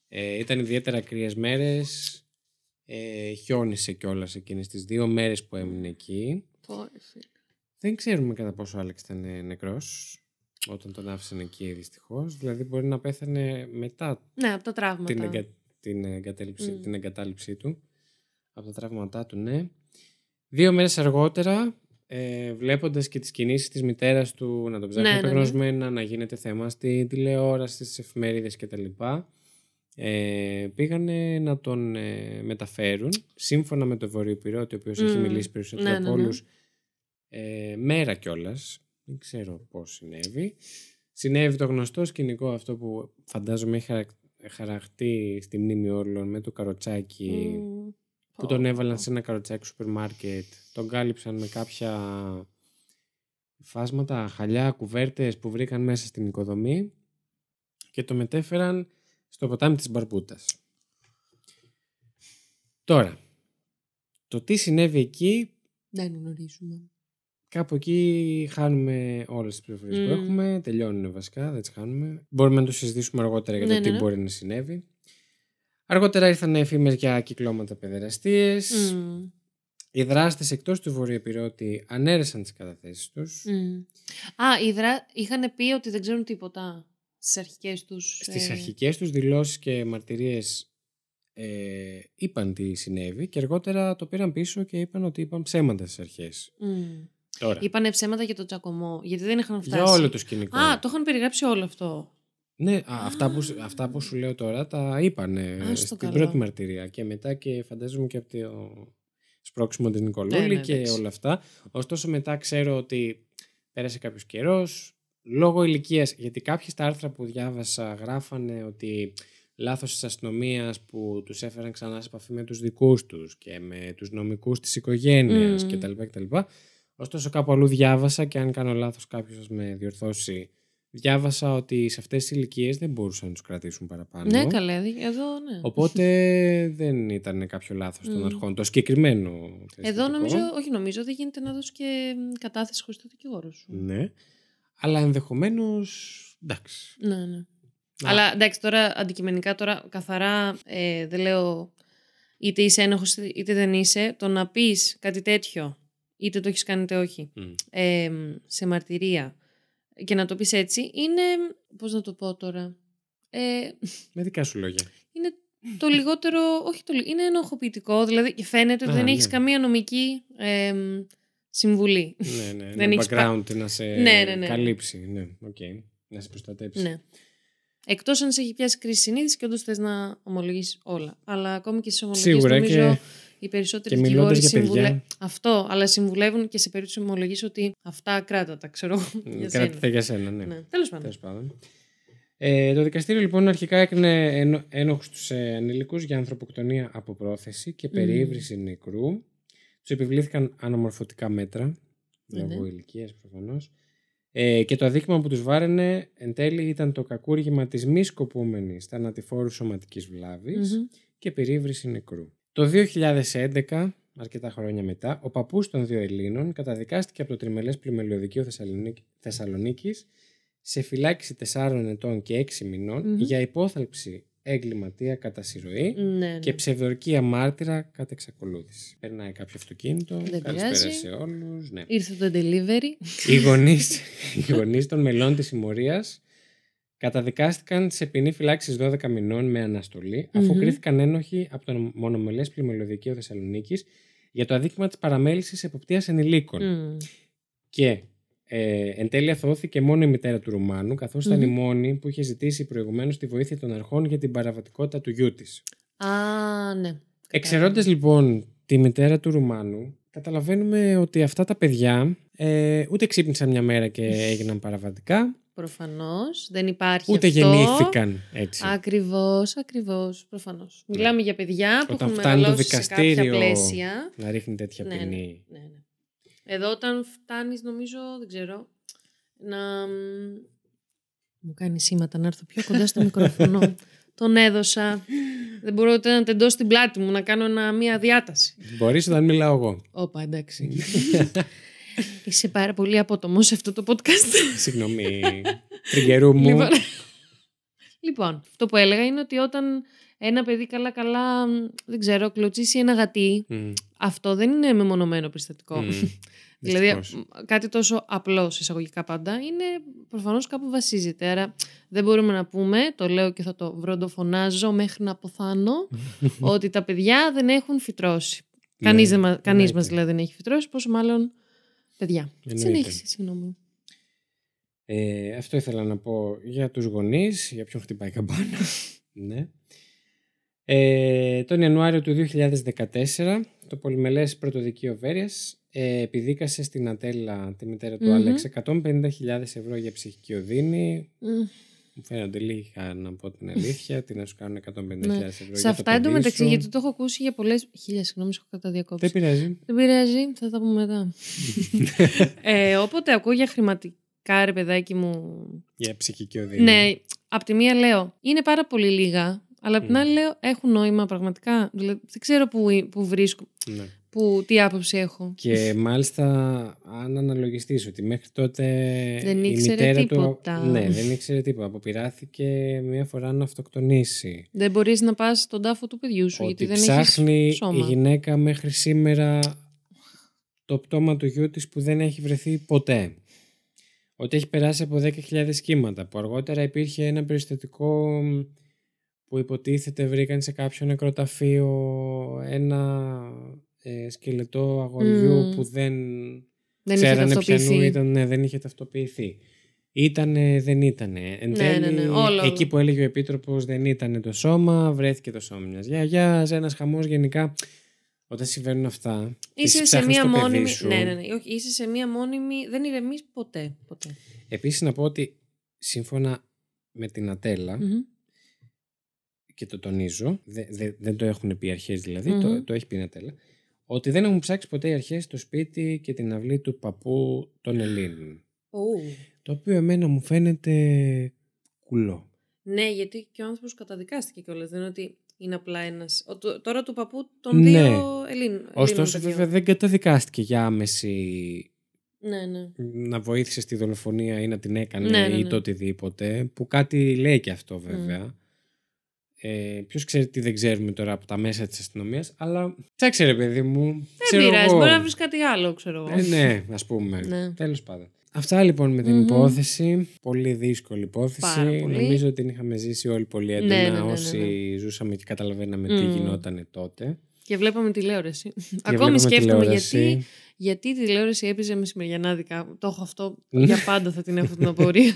S2: Ε, ήταν ιδιαίτερα κρύε μέρες. Ε, χιόνισε κιόλας εκείνες τις δύο μέρες που έμεινε εκεί.
S1: Πω, ρε φίλε.
S2: Δεν ξέρουμε κατά πόσο ο Άλεξ ήταν νεκρός όταν τον άφησαν εκεί δυστυχώς. Δηλαδή μπορεί να πέθανε μετά
S1: Ναι, από τα τραύματα.
S2: την, εγκα... την, εγκατέλειψη...
S1: Μμ.
S2: την εγκατάλειψή του. Από τα τραύματά του, ναι. Δύο μέρες αργότερα, ε, βλέποντας και τις κινήσεις της μητέρας του να τον ψάχνει
S1: Ναι, ναι, ναι.
S2: απεγνωσμένα, να γίνεται θέμα στη τηλεόραση, στις εφημερίδες κτλ. Ε, πήγανε να τον ε, μεταφέρουν σύμφωνα με τον Βορειοπυρότη, ο οποίος έχει
S1: Μμμ.
S2: μιλήσει περισσότερο
S1: Ναι,
S2: από
S1: ναι, ναι.
S2: όλους, ε, μέρα κιόλας. Δεν ξέρω πώς συνέβη. Συνέβη το γνωστό σκηνικό αυτό που φαντάζομαι έχει χαρακ- χαραχτεί στη μνήμη όλων με το καροτσάκι
S1: Μμμ. Πω,
S2: που τον έβαλαν
S1: πω.
S2: σε ένα καροτσάκι σούπερ μάρκετ. Τον κάλυψαν με κάποια φάσματα, χαλιά, κουβέρτες που βρήκαν μέσα στην οικοδομή και το μετέφεραν στο ποτάμι της Μπαρπούτας. Τώρα, το τι συνέβη εκεί
S1: Δεν γνωρίζουμε.
S2: Κάπου εκεί χάνουμε όλες τις πληροφορίες που
S1: Μμμ.
S2: έχουμε. Τελειώνουν βασικά, δεν τις χάνουμε. Μπορούμε να το συζητήσουμε αργότερα για το
S1: Ναι,
S2: τι
S1: ναι, ναι.
S2: μπορεί να συνέβη. Αργότερα ήρθαν εφήμε για κυκλώματα παιδεραστίες.
S1: Μμμ.
S2: Οι δράστες εκτός του Βορειοπυρώτη ανέρεσαν τις καταθέσεις τους.
S1: Μμμ. Α, οι δρα... είχαν πει ότι δεν ξέρουν τίποτα στις αρχικές τους.
S2: Στις αρχικές τους δηλώσεις και μαρτυρίες ε, είπαν τι συνέβη και αργότερα το πήραν πίσω και είπαν ότι είπαν ψέματα στις αρχές. Τώρα.
S1: Είπανε ψέματα για τον τσακωμό, γιατί δεν είχαν φτάσει.
S2: Ναι. Για όλο το σκηνικό.
S1: Α, το είχαν περιγράψει όλο αυτό.
S2: Ναι, α, αυτά, που, σου- αυτά που σου λέω τώρα τα είπανε
S1: Άστο
S2: στην
S1: καλά.
S2: πρώτη μαρτυρία και μετά και φαντάζομαι και από το σπρώξιμο της Νικολούλη
S1: Ναι, ναι,
S2: και
S1: εντάξει.
S2: όλα αυτά. Ωστόσο μετά ξέρω ότι πέρασε κάποιος καιρός λόγω ηλικίας, γιατί κάποιοι στα άρθρα που διάβασα γράφανε ότι λάθος της αστυνομίας που τους έφεραν ξανά σε επαφή με τους δικούς τους και με τους νομικούς της οικογένειας
S1: Μμμ.
S2: κτλ. κτλ. Ωστόσο κάπου αλλού διάβασα και αν κάνω λάθος κάποιος σας με διορθώσει διάβασα ότι σε αυτές τις ηλικίες δεν μπορούσαν να τους κρατήσουν παραπάνω.
S1: Ναι, καλά, εδώ ναι.
S2: Οπότε δεν ήταν κάποιο λάθος των
S1: Μμμ.
S2: αρχών. Το συγκεκριμένο.
S1: Εδώ
S2: περιστατικό.
S1: νομίζω, όχι νομίζω, δεν γίνεται να δώσεις και μ, κατάθεση χωρίς το δικηγόρο σου.
S2: Ναι. Αλλά ενδεχομένως... Εντάξει.
S1: Ναι, ναι.
S2: Να.
S1: Αλλά εντάξει, τώρα αντικειμενικά, τώρα καθαρά ε, δεν λέω είτε είσαι ένοχος είτε δεν είσαι. Το να πεις κάτι τέτοιο, είτε το έχεις κάνει είτε όχι,
S2: Μμ.
S1: ε, σε μαρτυρία και να το πεις έτσι, είναι. Πώς να το πω τώρα. Ε,
S2: Με δικά σου λόγια.
S1: είναι το λιγότερο. Όχι το λι- Είναι ενοχοποιητικό, δηλαδή και φαίνεται ότι
S2: Α,
S1: δεν
S2: ναι.
S1: έχει καμία νομική ε, Συμβουλή.
S2: Ναι, ναι.
S1: Δεν
S2: ένα
S1: έχεις
S2: background να σε
S1: Ναι, ναι, ναι.
S2: καλύψει. Ναι, οκ. Να σε προστατέψει.
S1: Ναι. Εκτός αν σε έχει πιάσει κρίση συνείδηση και όντως θες να ομολογήσει όλα. Αλλά ακόμη και στι ομολογίε
S2: Σίγουρα και-
S1: νομίζω οι περισσότεροι
S2: και
S1: δικηγόροι
S2: μιλώντας για παιδιά.
S1: συμβουλεύουν. Αυτό, αλλά συμβουλεύουν και σε περίπτωση ομολογή ότι αυτά κράτα τα ξέρω εγώ,
S2: Μ,
S1: για σένα.
S2: Κρατήστε για σένα, ναι.
S1: Ναι. Τέλος πάντων.
S2: Τέλος πάντων. Ε, το δικαστήριο λοιπόν αρχικά έκανε ένο, ένοχους τους ε, ανηλικούς για ανθρωποκτονία από πρόθεση και
S1: Μμμ.
S2: περιήβρηση νεκρού. Τους επιβλήθηκαν αναμορφωτικά μέτρα,
S1: Ναι,
S2: λόγω
S1: ναι.
S2: ηλικίας προφανώς. Ε, και το αδίκημα που τους βάραινε εν τέλει ήταν το κακούργημα της μη σκοπούμενης θανατηφόρου σωματικής βλάβης
S1: Μμμ.
S2: και περιήβρηση νεκρού. Το 2011, αρκετά χρόνια μετά, ο παππούς των δύο Ελλήνων καταδικάστηκε από το τριμελές πλημελιωδικείο Θεσσαλονίκη- Θεσσαλονίκης σε φυλάκιση 4 ετών και 6 μηνων
S1: Μμμ.
S2: για υπόθαλψη έγκληματία κατά συρροή
S1: Ναι, ναι.
S2: και ψευδορκία μάρτυρα κατά εξακολούθηση. Περνάει κάποιο αυτοκίνητο,
S1: Δεν
S2: καλησπέρα
S1: πειράζει.
S2: σε όλους. Ναι.
S1: Ήρθε το delivery.
S2: Οι γονείς, οι γονείς των μελών της συμμορίας καταδικάστηκαν σε ποινή φυλάξης 12 μηνών με αναστολή, αφού
S1: Μμμ.
S2: κρίθηκαν ένοχοι από το μονομελές πλημελωδικείο Θεσσαλονίκης για το αδίκημα της παραμέλησης εποπτείας ενηλίκων.
S1: Μμ.
S2: Και ε, εν τέλει αθωώθηκε μόνο η μητέρα του Ρουμάνου, καθώς ήταν η
S1: Μμμ.
S2: μόνη που είχε ζητήσει προηγουμένως τη βοήθεια των αρχών για την παραβατικότητα του γιού της.
S1: Α, ναι.
S2: Εξαιρώντας λοιπόν τη μητέρα του Ρουμάνου, καταλαβαίνουμε ότι αυτά τα παιδιά ε, ούτε ξύπνησαν μια μέρα και έγιναν παραβατικά,
S1: Προφανώς. Δεν υπάρχει.
S2: ούτε
S1: αυτό.
S2: γεννήθηκαν έτσι.
S1: Ακριβώς, ακριβώς. Προφανώς. Μιλάμε για παιδιά που
S2: Όταν
S1: έχουν
S2: φτάνει το
S1: μεγαλώσει σε κάποια
S2: δικαστήριο.
S1: πλαίσια.
S2: Να ρίχνει τέτοια
S1: Ναι,
S2: ποινή.
S1: Ναι, ναι. Εδώ όταν φτάνεις νομίζω, δεν ξέρω, να... μ, Μου κάνει σήματα να έρθω πιο κοντά στο μικρόφωνο. Τον έδωσα. Δεν μπορώ ούτε να τεντώσω την πλάτη μου, να κάνω ένα, μία διάταση.
S2: Μπορείς όταν μιλάω εγώ.
S1: Όπα, εντάξει. Είσαι πάρα πολύ απότομος σε αυτό το podcast.
S2: Συγγνώμη, τριγκερού μου.
S1: Λοιπόν, λοιπόν, αυτό που έλεγα είναι ότι όταν ένα παιδί καλά-καλά, μ, δεν ξέρω, κλωτσίσει ένα γατί,
S2: Μμ,
S1: αυτό δεν είναι μεμονωμένο περιστατικό.
S2: μμ.
S1: λοιπόν. Δηλαδή,
S2: Δυστυχώς.
S1: μ, κάτι τόσο απλός εισαγωγικά πάντα είναι προφανώς κάπου βασίζεται. Άρα δεν μπορούμε να πούμε, το λέω και θα το βροντοφωνάζω μέχρι να αποθάνω, ότι τα παιδιά δεν έχουν φυτρώσει.
S2: Ναι,
S1: Κανείς μα κανείς
S2: εννοείται.
S1: μας δηλαδή δεν έχει φυτρώσει, πόσο μάλλον παιδιά.
S2: Εννοείται.
S1: Συνέχισε, συγγνώμη.
S2: Ε, αυτό ήθελα να πω για τους γονείς, για ποιον χτυπάει η καμπάνα. ναι. Ε, τον Ιανουάριο του 2014, το Πολυμελές Πρωτοδικείο Βέρειας ε, επιδίκασε στην Ατέλα τη μητέρα του
S1: Μμμ.
S2: Άλεξ 150.000 ευρώ για ψυχική οδύνη.
S1: Μ,
S2: Μου φαίνονται λίγα να πω την αλήθεια, τι να σου κάνουν 150.000
S1: Ναι.
S2: ευρώ για
S1: Σε
S2: το
S1: αυτά
S2: παιδί
S1: εντωμεταξύ,
S2: σου.
S1: γιατί το έχω ακούσει για πολλές. Χίλια, συγγνώμη, σε έχω καταδιακόψει.
S2: Δεν πειράζει.
S1: Δεν πειράζει, θα τα πούμε μετά. ε, όποτε ακούω για χρηματικά, ρε παιδάκι μου,
S2: Για ψυχική οδύνη.
S1: Ναι, απ' τη μία λέω είναι πάρα πολύ λίγα, αλλά απ' την
S2: Μμμ.
S1: άλλη λέω έχουν νόημα πραγματικά. Δηλαδή, δεν ξέρω που, που βρίσκω,
S2: Ναι.
S1: που, τι άποψη έχω.
S2: Και μάλιστα, αν αναλογιστείς ότι μέχρι τότε.
S1: Δεν
S2: η
S1: ήξερε
S2: μητέρα
S1: τίποτα.
S2: Του, ναι, δεν ήξερε τίποτα. Αποπειράθηκε μία φορά να αυτοκτονήσει.
S1: Δεν μπορείς να πας στον τάφο του παιδιού σου,
S2: ότι
S1: γιατί δεν
S2: ψάχνει
S1: έχεις σώμα.
S2: η γυναίκα μέχρι σήμερα το πτώμα του γιού της που δεν έχει βρεθεί ποτέ. Ότι έχει περάσει από 10.000 κύματα. Που αργότερα υπήρχε ένα περιστατικό που υποτίθεται βρήκαν σε κάποιο νεκροταφείο ένα ε, σκελετό αγοριού
S1: Μ.
S2: που δεν
S1: Δεν είχε
S2: ξέρανε ποιανού
S1: ταυτοποιηθεί.
S2: ήταν, ναι, δεν είχε ταυτοποιηθεί. Ήτανε, δεν ήτανε. Εν
S1: Ναι, ναι,
S2: τέλει,
S1: ναι, όλο,
S2: εκεί
S1: όλο.
S2: που έλεγε ο Επίτροπος δεν ήτανε το σώμα, βρέθηκε το σώμα μιας γιαγιάς, ένας χαμός γενικά. Όταν συμβαίνουν αυτά, τις
S1: Είσαι σε
S2: ψάχνεις
S1: μία
S2: το παιδί
S1: μόνιμη.
S2: σου.
S1: Ναι, ναι, ναι. Όχι, είσαι σε μία μόνιμη. Δεν ηρεμείς ποτέ. ποτέ.
S2: Επίσης να πω ότι σύμφωνα με την Ατέλα,
S1: Μμμ.
S2: και το τονίζω, δε- δε- δεν το έχουν πει οι αρχές δηλαδή,
S1: Μμμ.
S2: το, το έχει πει η Νατέλα, ότι δεν έχουν ψάξει ποτέ οι αρχές το σπίτι και την αυλή του παππού των Ελλήνων.
S1: Ου.
S2: Το οποίο εμένα μου φαίνεται κουλό.
S1: Ναι, γιατί και ο άνθρωπος καταδικάστηκε κιόλας. Δεν είναι ότι είναι απλά ένας. Τώρα του παππού των
S2: Ναι.
S1: δύο Ελλήνων.
S2: Ωστόσο,
S1: παιδιών.
S2: βέβαια, δεν καταδικάστηκε για άμεση
S1: Ναι, ναι.
S2: να βοήθησε στη δολοφονία ή να την έκανε
S1: Ναι, ναι,
S2: ή
S1: ναι.
S2: το οτιδήποτε, που κάτι λέει και αυτό βέβαια. Ε, Ποιος ξέρει τι δεν ξέρουμε τώρα από τα μέσα της αστυνομίας, αλλά ψάξε ρε παιδί μου.
S1: Δεν
S2: ξέρω
S1: πειράζει.
S2: εγώ.
S1: Μπορεί να βρεις κάτι άλλο, ξέρω εγώ.
S2: Ε, ναι, ας πούμε.
S1: Ναι.
S2: Τέλος πάντων. Αυτά λοιπόν με την
S1: Μμμ.
S2: υπόθεση. Πολύ δύσκολη υπόθεση.
S1: Πάρα πολύ.
S2: Νομίζω ότι την είχαμε ζήσει όλοι πολύ έντονα
S1: Ναι, ναι, ναι, ναι,
S2: όσοι ζούσαμε και καταλαβαίναμε τι
S1: Μμμ.
S2: γινόταν τότε.
S1: Και βλέπαμε τηλεόραση.
S2: βλέπαμε
S1: Ακόμη σκέφτομαι
S2: τηλεόραση.
S1: γιατί, γιατί η τηλεόραση έπαιζε μεσημεριανά δικά. Το έχω αυτό.
S2: Ναι.
S1: για πάντα θα την έχω την απορία.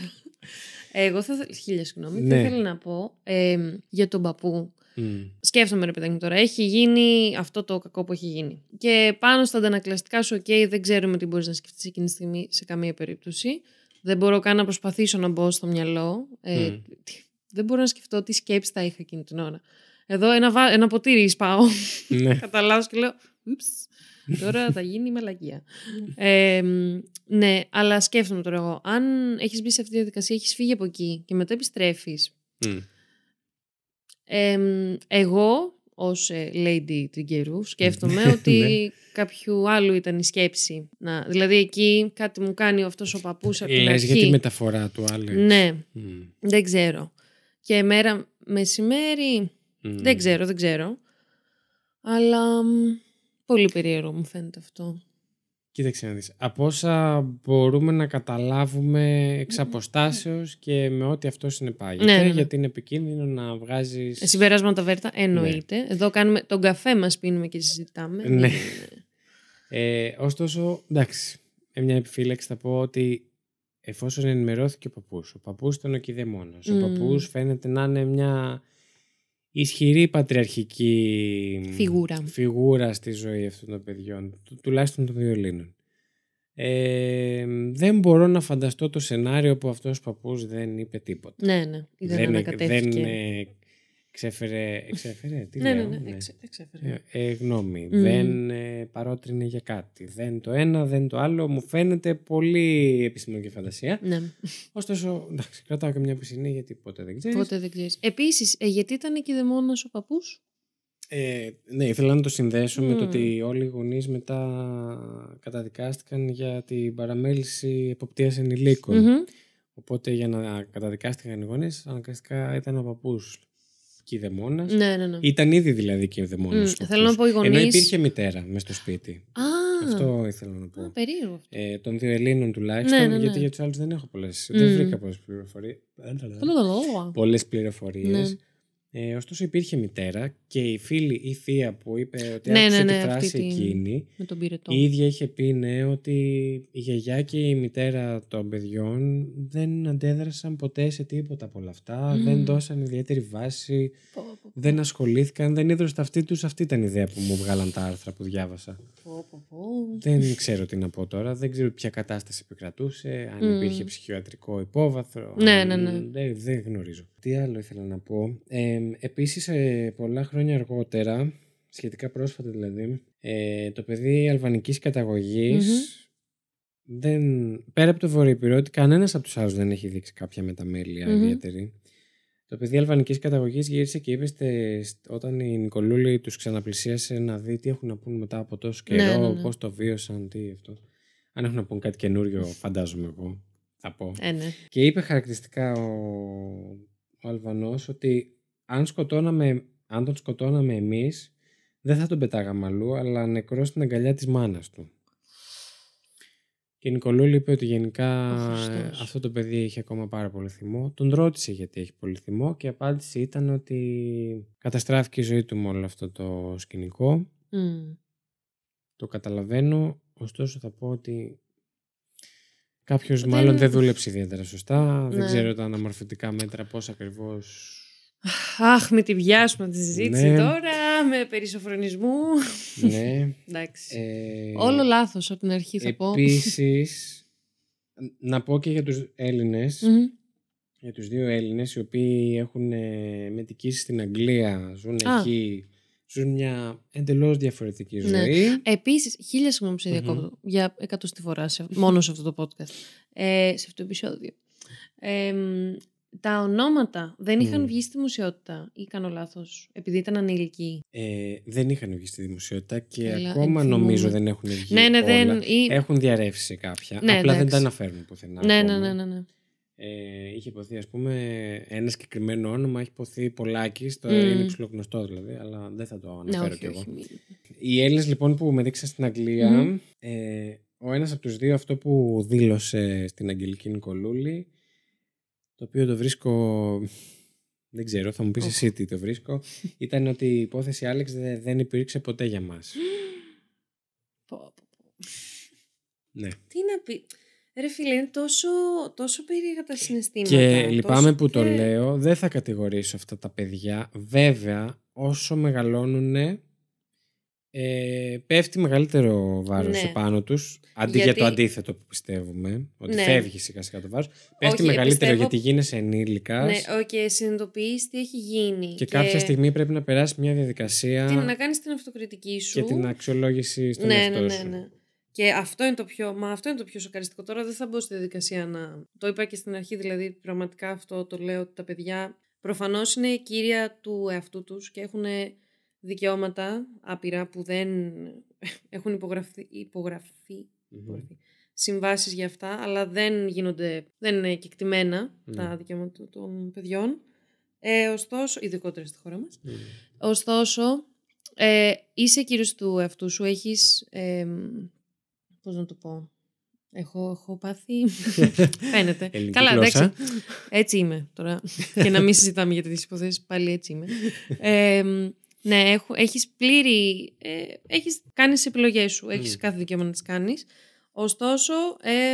S1: Εγώ θα ήθελα. Χίλια συγγνώμη.
S2: Ναι.
S1: Θα ήθελα να πω ε, για τον παππού.
S2: Μμ.
S1: Σκέφτομαι, ρε παιδάκι μου τώρα, έχει γίνει αυτό το κακό που έχει γίνει. Και πάνω στα αντανακλαστικά σου, οκ, δεν ξέρουμε τι μπορείς να σκεφτείς εκείνη τη στιγμή σε καμία περίπτωση. Δεν μπορώ καν να προσπαθήσω να μπω στο μυαλό. Ε,
S2: Μμ.
S1: τι- Δεν μπορώ να σκεφτώ τι σκέψη θα είχα εκείνη την ώρα. Εδώ ένα, βα- ένα ποτήρι σπάω.
S2: Ναι.
S1: Κατά λάθος και λέω. «Ούψ, Τώρα θα γίνει η μαλακία. ε, μ, ναι, αλλά σκέφτομαι τώρα εγώ. Αν έχεις μπει σε αυτή τη διαδικασία, έχεις φύγει από εκεί και μετά επιστρέφεις.
S2: Μμ.
S1: Ε, μ, εγώ, ως ε, lady τριγκερού, σκέφτομαι ότι κάποιου άλλου ήταν η σκέψη. Να, δηλαδή εκεί κάτι μου κάνει αυτός ο παππούς από την
S2: Λες Ε, για
S1: αρχή.
S2: τη μεταφορά του άλλη.
S1: Ναι,
S2: Μμ.
S1: δεν ξέρω. Και μέρα μεσημέρι,
S2: Μμ.
S1: δεν ξέρω, δεν ξέρω. Αλλά μ, πολύ περίεργο μου φαίνεται αυτό.
S2: Κοίταξε να δεις. Από όσα μπορούμε να καταλάβουμε εξ αποστάσεως και με ό,τι αυτό συνεπάγεται.
S1: Ναι, ναι, ναι.
S2: Γιατί είναι επικίνδυνο να βγάζεις...
S1: Ε, Συμπεράσματα βέρτα,
S2: Ναι.
S1: εννοείται. Εδώ κάνουμε τον καφέ μας πίνουμε και συζητάμε.
S2: Ναι. Ε, ωστόσο, εντάξει, ε, μια επιφύλαξη θα πω ότι εφόσον ενημερώθηκε ο παππούς, ο παππούς ήταν ο κηδεμόνας, ο
S1: Μμμ.
S2: παππούς φαίνεται να είναι μια ισχυρή πατριαρχική
S1: Φιγούρα.
S2: φιγούρα στη ζωή αυτών των παιδιών, του, τουλάχιστον των βιολίνων. Ε, δεν μπορώ να φανταστώ το σενάριο που αυτός ο παππούς δεν είπε τίποτα.
S1: Ναι, ναι. Ήταν δεν,
S2: δεν,
S1: ανακατεύτηκε.
S2: δεν, ε, ξέφερε, ξέφερε, τι
S1: ναι, ναι,
S2: λέω,
S1: ναι.
S2: ναι.
S1: εξε- εξέφερα.
S2: Ε, ε, γνώμη.
S1: Μμμ.
S2: Δεν ε, παρότρινε για κάτι. Δεν το ένα, δεν το άλλο. Μου φαίνεται πολύ επιστημονική φαντασία.
S1: Ναι.
S2: Ωστόσο, εντάξει, κρατάω και μια πισινή γιατί ποτέ δεν ξέρεις.
S1: Πότε δεν ξέρεις. Επίσης, ε, γιατί ήταν και μόνος ο παππούς.
S2: Ε, ναι, ήθελα να το συνδέσω με το
S1: Μμ.
S2: ότι όλοι οι γονείς μετά καταδικάστηκαν για την παραμέληση εποπτείας ενηλίκων. Οπότε για να καταδικάστηκαν οι γονείς, αναγκαστικά ήταν ο παππούς κηδεμόνα.
S1: Ναι, ναι, ναι.
S2: Ήταν ήδη δηλαδή κηδεμόνα.
S1: Μμ, Θέλω να πω οι γονείς.
S2: Ενώ υπήρχε μητέρα μες στο σπίτι.
S1: Α,
S2: Αυτό ήθελα να πω.
S1: α, περίεργο. αυτό.
S2: ε, των δύο Ελλήνων τουλάχιστον,
S1: Ναι, ναι, ναι.
S2: γιατί για τους άλλους δεν έχω πολλές.
S1: Μμμ.
S2: Δεν βρήκα πολλές πληροφορίες.
S1: Πλα-λα-λα-λα.
S2: Πολλές πληροφορίες.
S1: Ναι.
S2: Ε, ωστόσο υπήρχε μητέρα και η φίλη ή θεία που είπε ότι
S1: Ναι,
S2: άκουσε
S1: ναι, ναι,
S2: τη
S1: αυτή
S2: φράση
S1: την-
S2: εκείνη.
S1: Με τον πυρετό.
S2: Η ίδια είχε πει ναι ότι η γιαγιά και η μητέρα των παιδιών δεν αντέδρασαν ποτέ σε τίποτα από όλα αυτά,
S1: Μμμ.
S2: δεν δώσαν ιδιαίτερη βάση,
S1: Πω, πω, πω,
S2: δεν ασχολήθηκαν, δεν είδρωσαν τα αυτή τους. Αυτή ήταν η ιδέα που μου βγάλαν τα άρθρα που διάβασα.
S1: πω, πω, πω.
S2: Δεν ξέρω τι να πω τώρα. Δεν ξέρω ποια κατάσταση επικρατούσε, αν
S1: Μμμ.
S2: υπήρχε ψυχιατρικό υπόβαθρο.
S1: Ναι,
S2: αν-
S1: ναι, ναι.
S2: Δεν, δεν γνωρίζω. Τι άλλο ήθελα να πω. Ε, επίσης, ε, πολλά χρόνια αργότερα, σχετικά πρόσφατα δηλαδή, ε, το παιδί αλβανικής καταγωγής δεν, πέρα από το Βορειοπυρώτη, κανένας από τους άλλους δεν έχει δείξει κάποια μεταμέλεια
S1: Μμμ.
S2: ιδιαίτερη. Το παιδί αλβανικής καταγωγής γύρισε και είπε στε- στ- όταν η Νικολούλη τους ξαναπλησίασε να δει τι έχουν να πούν μετά από τόσο
S1: Ναι,
S2: καιρό,
S1: ναι, ναι.
S2: πώς το βίωσαν, τι αυτό. Αν έχουν να πούν κάτι καινούριο, φαντάζομαι εγώ. Θα πω.
S1: Ε, ναι.
S2: Και είπε χαρακτηριστικά ο, ο Αλβανός ότι αν, σκοτώναμε, αν τον σκοτώναμε εμείς δεν θα τον πετάγαμε αλλού αλλά νεκρός στην αγκαλιά της μάνας του. Και η Νικολούλη είπε ότι γενικά
S1: Ο Χριστός.
S2: αυτό το παιδί είχε ακόμα πάρα πολύ θυμό. Τον ρώτησε γιατί έχει πολύ θυμό και η απάντηση ήταν ότι καταστράφηκε η ζωή του με όλο αυτό το σκηνικό.
S1: Μμ.
S2: Το καταλαβαίνω, ωστόσο θα πω ότι κάποιος
S1: Δεν-
S2: μάλλον δεν δούλεψε ιδιαίτερα σωστά. Δεν
S1: Ναι.
S2: ξέρω τα αναμορφωτικά μέτρα πώς ακριβώς.
S1: Αχ, με τη βιάσουμε τη συζήτηση
S2: Ναι.
S1: τώρα, με περισοφρονισμού.
S2: ναι.
S1: Εντάξει.
S2: Ε,
S1: Όλο λάθος από την αρχή θα πω.
S2: Επίσης, να πω και για τους Έλληνες,
S1: Μμμ.
S2: για τους δύο Έλληνες οι οποίοι έχουν ε, μετικήσει στην Αγγλία, ζουν
S1: Α.
S2: εκεί, ζουν μια εντελώς διαφορετική
S1: Ναι.
S2: ζωή.
S1: Επίσης, χίλια συγγνώμη που σε
S2: Μμμ.
S1: διακόπτω για εκατοστή φορά σε, μόνο σε αυτό το podcast. Ε, σε αυτό το επεισόδιο. Ε, μ, τα ονόματα δεν είχαν
S2: Μμ.
S1: βγει στη μουσιότητα ή κάνω λάθος, επειδή ήταν ανήλικοι.
S2: Ε, δεν είχαν βγει στη δημοσιότητα και
S1: Έλα,
S2: ακόμα
S1: εν
S2: νομίζω
S1: θυμούμε.
S2: δεν έχουν βγει
S1: Ναι, ναι,
S2: όλα.
S1: δεν. Ή...
S2: Έχουν διαρρεύσει κάποια.
S1: Ναι,
S2: απλά δεν
S1: εντάξει.
S2: τα αναφέρουν πουθενά.
S1: Ναι, ναι,
S2: ακόμα.
S1: ναι, ναι, ναι.
S2: Ε, είχε υποθεί, ας πούμε, ένα συγκεκριμένο όνομα, έχει υποθεί πολλάκι. Το
S1: Μμμ.
S2: είναι ψηλογνωστό δηλαδή, αλλά δεν θα το
S1: Ναι,
S2: αναφέρω κι
S1: όχι,
S2: εγώ.
S1: όχι. μη-
S2: Οι Έλληνες λοιπόν που με δείξαν στην αγγλια
S1: Μμμ.
S2: ε, ο ένας από τους δύο αυτό που δήλωσε στην Αγγελική Νικολούλη, το οποίο το βρίσκω Δεν ξέρω, θα μου πεις
S1: Οχ.
S2: εσύ τι το βρίσκω. Ήταν ότι η υπόθεση Άλεξ δε- δεν υπήρξε ποτέ για μας.
S1: Πω, πω, πω.
S2: Ναι.
S1: Τι να πει. Ρε φίλε, είναι τόσο, τόσο περίεργα τα συναισθήματα.
S2: Και
S1: τόσο
S2: λυπάμαι που το
S1: και-
S2: λέω, δεν θα κατηγορήσω αυτά τα παιδιά. Βέβαια, όσο μεγαλώνουν, ε, πέφτει μεγαλύτερο βάρος
S1: Ναι.
S2: επάνω τους. Αντί για
S1: Γιατί-
S2: το αντίθετο που πιστεύουμε, ότι
S1: Ναι.
S2: φεύγει σιγά σιγά το βάρος, πέφτει
S1: Όχι,
S2: μεγαλύτερο
S1: πιστεύω-
S2: γιατί γίνεσαι ενήλικας
S1: Ναι, οκ, συνειδητοποιείς τι έχει γίνει.
S2: και, κάποια στιγμή πρέπει να περάσει μια διαδικασία
S1: την- να κάνεις την αυτοκριτική σου.
S2: και την αξιολόγηση στον
S1: ναι,
S2: εαυτό
S1: ναι, ναι,
S2: σου.
S1: ναι. Και αυτό είναι το πιο, μα αυτό είναι το πιο σοκαριστικό. Τώρα δεν θα μπω στη διαδικασία να. Το είπα και στην αρχή, δηλαδή πραγματικά αυτό το λέω ότι τα παιδιά προφανώς είναι κύρια του εαυτού τους και έχουν δικαιώματα άπειρα που δεν έχουν υπογραφεί, υπογραφεί
S2: Μμμ.
S1: υπογραφεί συμβάσεις για αυτά, αλλά δεν γίνονται, δεν είναι κεκτημένα
S2: Ναι.
S1: τα δικαιώματα των παιδιών. Ε, ωστόσο, ειδικότερα στη χώρα μας.
S2: Μμ.
S1: Ωστόσο, ε, είσαι κύριος του εαυτού σου, έχεις, ε, πώς να το πω, έχω, έχω πάθει, φαίνεται.
S2: Ελληνική
S1: Καλά,
S2: γλώσσα.
S1: εντάξει, έτσι είμαι τώρα και να μην συζητάμε για τέτοιες υποθέσεις, πάλι έτσι είμαι. Ε, ναι, έχω, έχεις πλήρη, ε, έχεις, κάνεις επιλογές σου, έχεις
S2: Μμ.
S1: κάθε δικαίωμα να τις κάνεις. Ωστόσο, ε,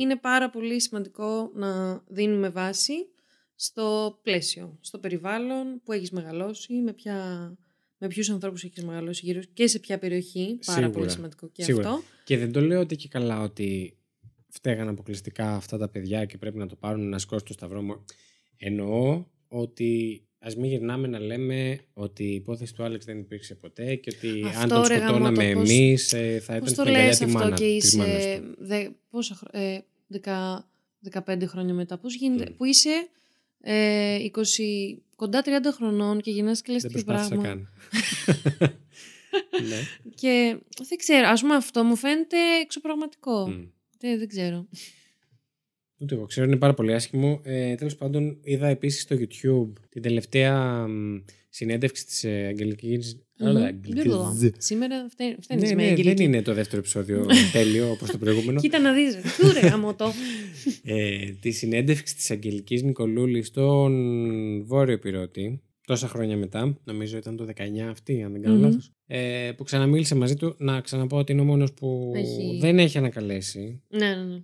S1: είναι πάρα πολύ σημαντικό να δίνουμε βάση στο πλαίσιο, στο περιβάλλον που έχεις μεγαλώσει, με, ποια, με ποιους ανθρώπους έχεις μεγαλώσει γύρω σου και σε ποια περιοχή, πάρα πολύ
S2: Σίγουρα.
S1: σημαντικό και
S2: Σίγουρα.
S1: αυτό.
S2: Και δεν το λέω ότι και καλά ότι φταίγαν αποκλειστικά αυτά τα παιδιά και πρέπει να το πάρουν να σκόσουν το σταυρό μου. Εννοώ ότι ας μην γυρνάμε να λέμε ότι η υπόθεση του Άλεξ δεν υπήρξε ποτέ και ότι αν
S1: Αυτό,
S2: τον
S1: ρε γαμότο,
S2: σκοτώναμε
S1: πώς-
S2: εμείς θα ήταν
S1: Πώς το
S2: στην αγκαλιά
S1: λες
S2: της
S1: αυτό
S2: μάνας
S1: και
S2: της μάνας
S1: είσαι
S2: του.
S1: δε, πόσα χρο- ε, δεκα- 15 χρόνια μετά, πώς γίνεται,
S2: Μμμ.
S1: που είσαι ε, 20, κοντά 30 χρονών και γυρνάς και λες
S2: Δεν
S1: τέτοιο
S2: προσπάθησα
S1: πράγμα.
S2: καν. ναι.
S1: Και δεν ξέρω, ας πούμε αυτό μου φαίνεται εξωπραγματικό. Ε,
S2: Μμ.
S1: Δεν, δεν ξέρω.
S2: Ούτε εγώ ξέρω, είναι πάρα πολύ άσχημο. Ε, Τέλος πάντων, είδα επίσης στο YouTube την τελευταία μ, συνέντευξη ε, τη Αγγελική.
S1: Μμμ. Γιώργο, Σήμερα φταίν- φταίνεις
S2: Ναι,
S1: με
S2: ναι, δεν
S1: αγγελική.
S2: είναι το δεύτερο επεισόδιο τέλειο όπως το προηγούμενο.
S1: Κοίτα να δεις. ρε. Του ρε γαμώτο.
S2: ε, τη συνέντευξη της Αγγελικής Νικολούλης στον Βόρειο Πυρώτη, τόσα χρόνια μετά, νομίζω ήταν το 19 αυτή, αν δεν κανω
S1: Μμμ.
S2: λάθος, ε, που ξαναμίλησε μαζί του, να ξαναπώ ότι είναι ο μόνος που
S1: Έχει-
S2: δεν έχει ανακαλέσει.
S1: ναι, ναι, ναι.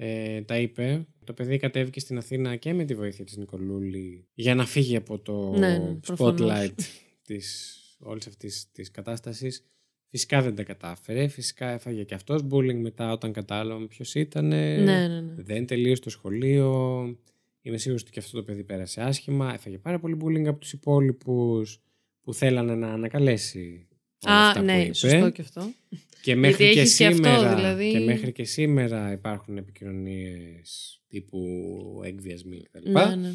S2: Ε, τα είπε. Το παιδί κατέβηκε στην Αθήνα και με τη βοήθεια της Νικολούλη για να φύγει από το
S1: Ναι, ναι, προφανώς.
S2: spotlight της όλης αυτής της κατάστασης. Φυσικά δεν τα κατάφερε. Φυσικά έφαγε και αυτός bullying μετά όταν κατάλαβαν ποιος ήταν.
S1: ναι, ναι, ναι.
S2: Δεν τελείωσε το σχολείο. Είμαι σίγουρος ότι και αυτό το παιδί πέρασε άσχημα. Έφαγε πάρα πολύ bullying από τους υπόλοιπους που θέλανε να ανακαλέσει όλα
S1: Α,
S2: αυτά που
S1: ναι,
S2: είπε.
S1: σωστό και αυτό.
S2: Και μέχρι και
S1: έχεις και αυτό,
S2: σήμερα,
S1: δηλαδή.
S2: και μέχρι και σήμερα υπάρχουν επικοινωνίες τύπου εκβιασμοί κτλ.
S1: Ναι, ναι.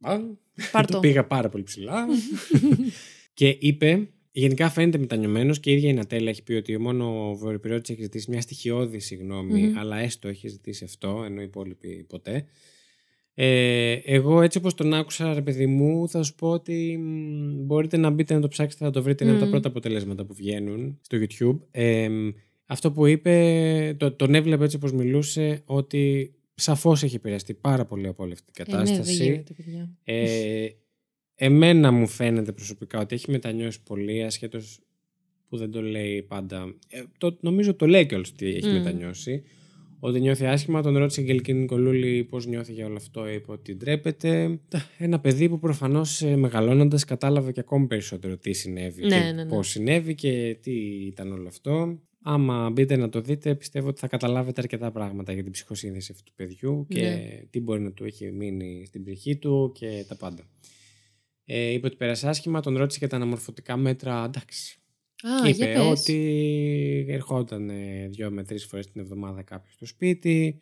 S2: Το
S1: Πάρτο.
S2: πήγα πάρα πολύ ψηλά. και είπε, γενικά φαίνεται μετανιωμένος και η ίδια η Νατέλα έχει πει ότι μόνο ο Βορειοπυριώτης έχει ζητήσει μια στοιχειώδη συγγνώμη,
S1: Μμμ.
S2: αλλά έστω έχει ζητήσει αυτό, ενώ οι υπόλοιποι ποτέ. Ε, εγώ έτσι όπως τον άκουσα ρε παιδί μου θα σου πω ότι μ, μπορείτε να μπείτε να το ψάξετε να το βρείτε είναι από τα
S1: Μμ.
S2: πρώτα αποτελέσματα που βγαίνουν στο YouTube ε, μ, αυτό που είπε το, τον έβλεπε έτσι όπως μιλούσε ότι σαφώς έχει επηρεαστεί πάρα πολύ από όλη αυτή
S1: Ε,
S2: την
S1: ναι, δεν
S2: κατάσταση
S1: γίνεται, παιδιά.
S2: ε, εμένα μου φαίνεται προσωπικά ότι έχει μετανιώσει πολύ ασχέτως που δεν το λέει πάντα. Ε, το, νομίζω το λέει κιόλας ότι έχει
S1: Μμμ.
S2: μετανιώσει. Ότι νιώθει άσχημα. Τον ρώτησε η Αγγελική Νικολούλη πώς νιώθει για όλο αυτό. Είπε ότι ντρέπεται. Τα, Ένα παιδί που προφανώς ε, μεγαλώνοντας κατάλαβε και ακόμη περισσότερο τι συνέβη.
S1: Ναι,
S2: και
S1: ναι, ναι.
S2: Πώς συνέβη και τι ήταν όλο αυτό. Άμα μπείτε να το δείτε, πιστεύω ότι θα καταλάβετε αρκετά πράγματα για την ψυχοσύνθεση αυτού του παιδιού και
S1: Ναι.
S2: τι μπορεί να του έχει μείνει στην ψυχή του και τα πάντα. Ε, είπε ότι πέρασε άσχημα, τον ρώτησε για τα αναμορφωτικά μέτρα. Εντάξει.
S1: Α,
S2: Και
S1: για
S2: είπε
S1: πες.
S2: ότι ερχόταν ε, δύο με τρεις φορές την εβδομάδα κάποιος στο σπίτι.